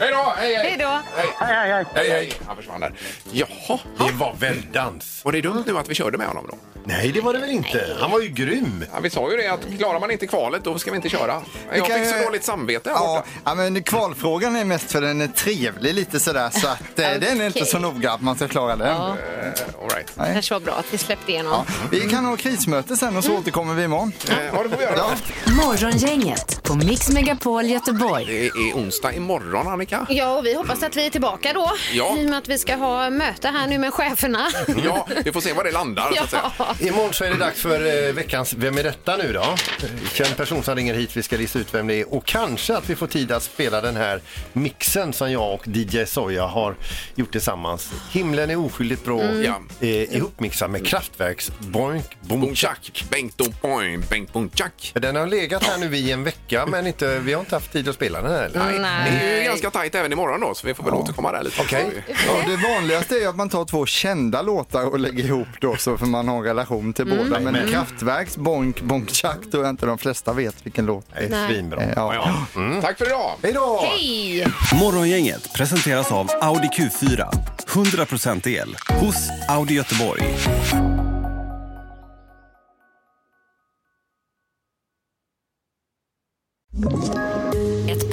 [SPEAKER 2] Hej då! Hej, hej!
[SPEAKER 3] Hej då!
[SPEAKER 10] Hej, hej, hej.
[SPEAKER 2] Hej, hej! Han försvann där. Jaha,
[SPEAKER 4] Det var väldans.
[SPEAKER 2] var det dumt nu att vi körde med honom då?
[SPEAKER 4] Nej, det var det väl inte. Han var ju grym.
[SPEAKER 2] Ja, vi sa ju det att klarar man inte kvalet då ska vi inte köra. Jag
[SPEAKER 5] kan
[SPEAKER 2] fick så
[SPEAKER 5] ju-
[SPEAKER 2] dåligt samvete här
[SPEAKER 5] Ja,
[SPEAKER 2] borta.
[SPEAKER 5] ja, men kvalfrågan är mest för den är trevlig lite sådär så att eh, den är inte så noga att man ska klara den.
[SPEAKER 3] Ja,
[SPEAKER 2] Eh, All right.
[SPEAKER 3] det kanske var bra att vi släppte igenom.
[SPEAKER 5] Vi kan ha krismöte sen och så återkommer vi imorgon.
[SPEAKER 2] Eh, Ja, det får vi göra.
[SPEAKER 5] Ja.
[SPEAKER 1] Morgongänget på Mix Megapol Göteborg.
[SPEAKER 2] Det är onsdag imorgon, Annika.
[SPEAKER 3] Ja, och vi hoppas att vi är tillbaka då.
[SPEAKER 2] Ja.
[SPEAKER 3] I och med att vi ska ha möte här nu med cheferna.
[SPEAKER 2] Ja, vi får se var det landar. Så att säga.
[SPEAKER 3] Ja.
[SPEAKER 4] Imorgon så är det dags för eh, veckans Vem är detta nu då? Eh, Känd person som ringer hit, vi ska lista ut vem det är och kanske att vi får tid att spela den här mixen som jag och DJ Soja har gjort tillsammans. Himlen är oskyldigt blå
[SPEAKER 2] Ja.
[SPEAKER 4] eh, ihopmixad med Kraftwerks Boink Boomchak.
[SPEAKER 2] Bunchak, Bengt Dopoin, Bengt Bunchak.
[SPEAKER 4] Den har legat här nu i en vecka men inte, vi har inte haft tid att spela den här. eller?
[SPEAKER 2] Nej, det är ju ganska tajt även imorgon då, så vi får väl återkomma där lite.
[SPEAKER 4] Okej.
[SPEAKER 5] Ja, det vanligaste är ju att man tar två kända låtar och lägger ihop då så för man har en relation till båda. Men Kraftwerks Bonk Bonk Tjack tror jag inte de flesta vet vilken låt det är.
[SPEAKER 4] Det är svinbra.
[SPEAKER 5] Eh,
[SPEAKER 2] Ja,
[SPEAKER 5] Ja.
[SPEAKER 2] ja. Mm. Tack för idag!
[SPEAKER 4] Hej då!
[SPEAKER 3] Hej!
[SPEAKER 11] Morgongänget presenteras av Audi Q4. 100% el hos Audi Göteborg.
[SPEAKER 1] Ett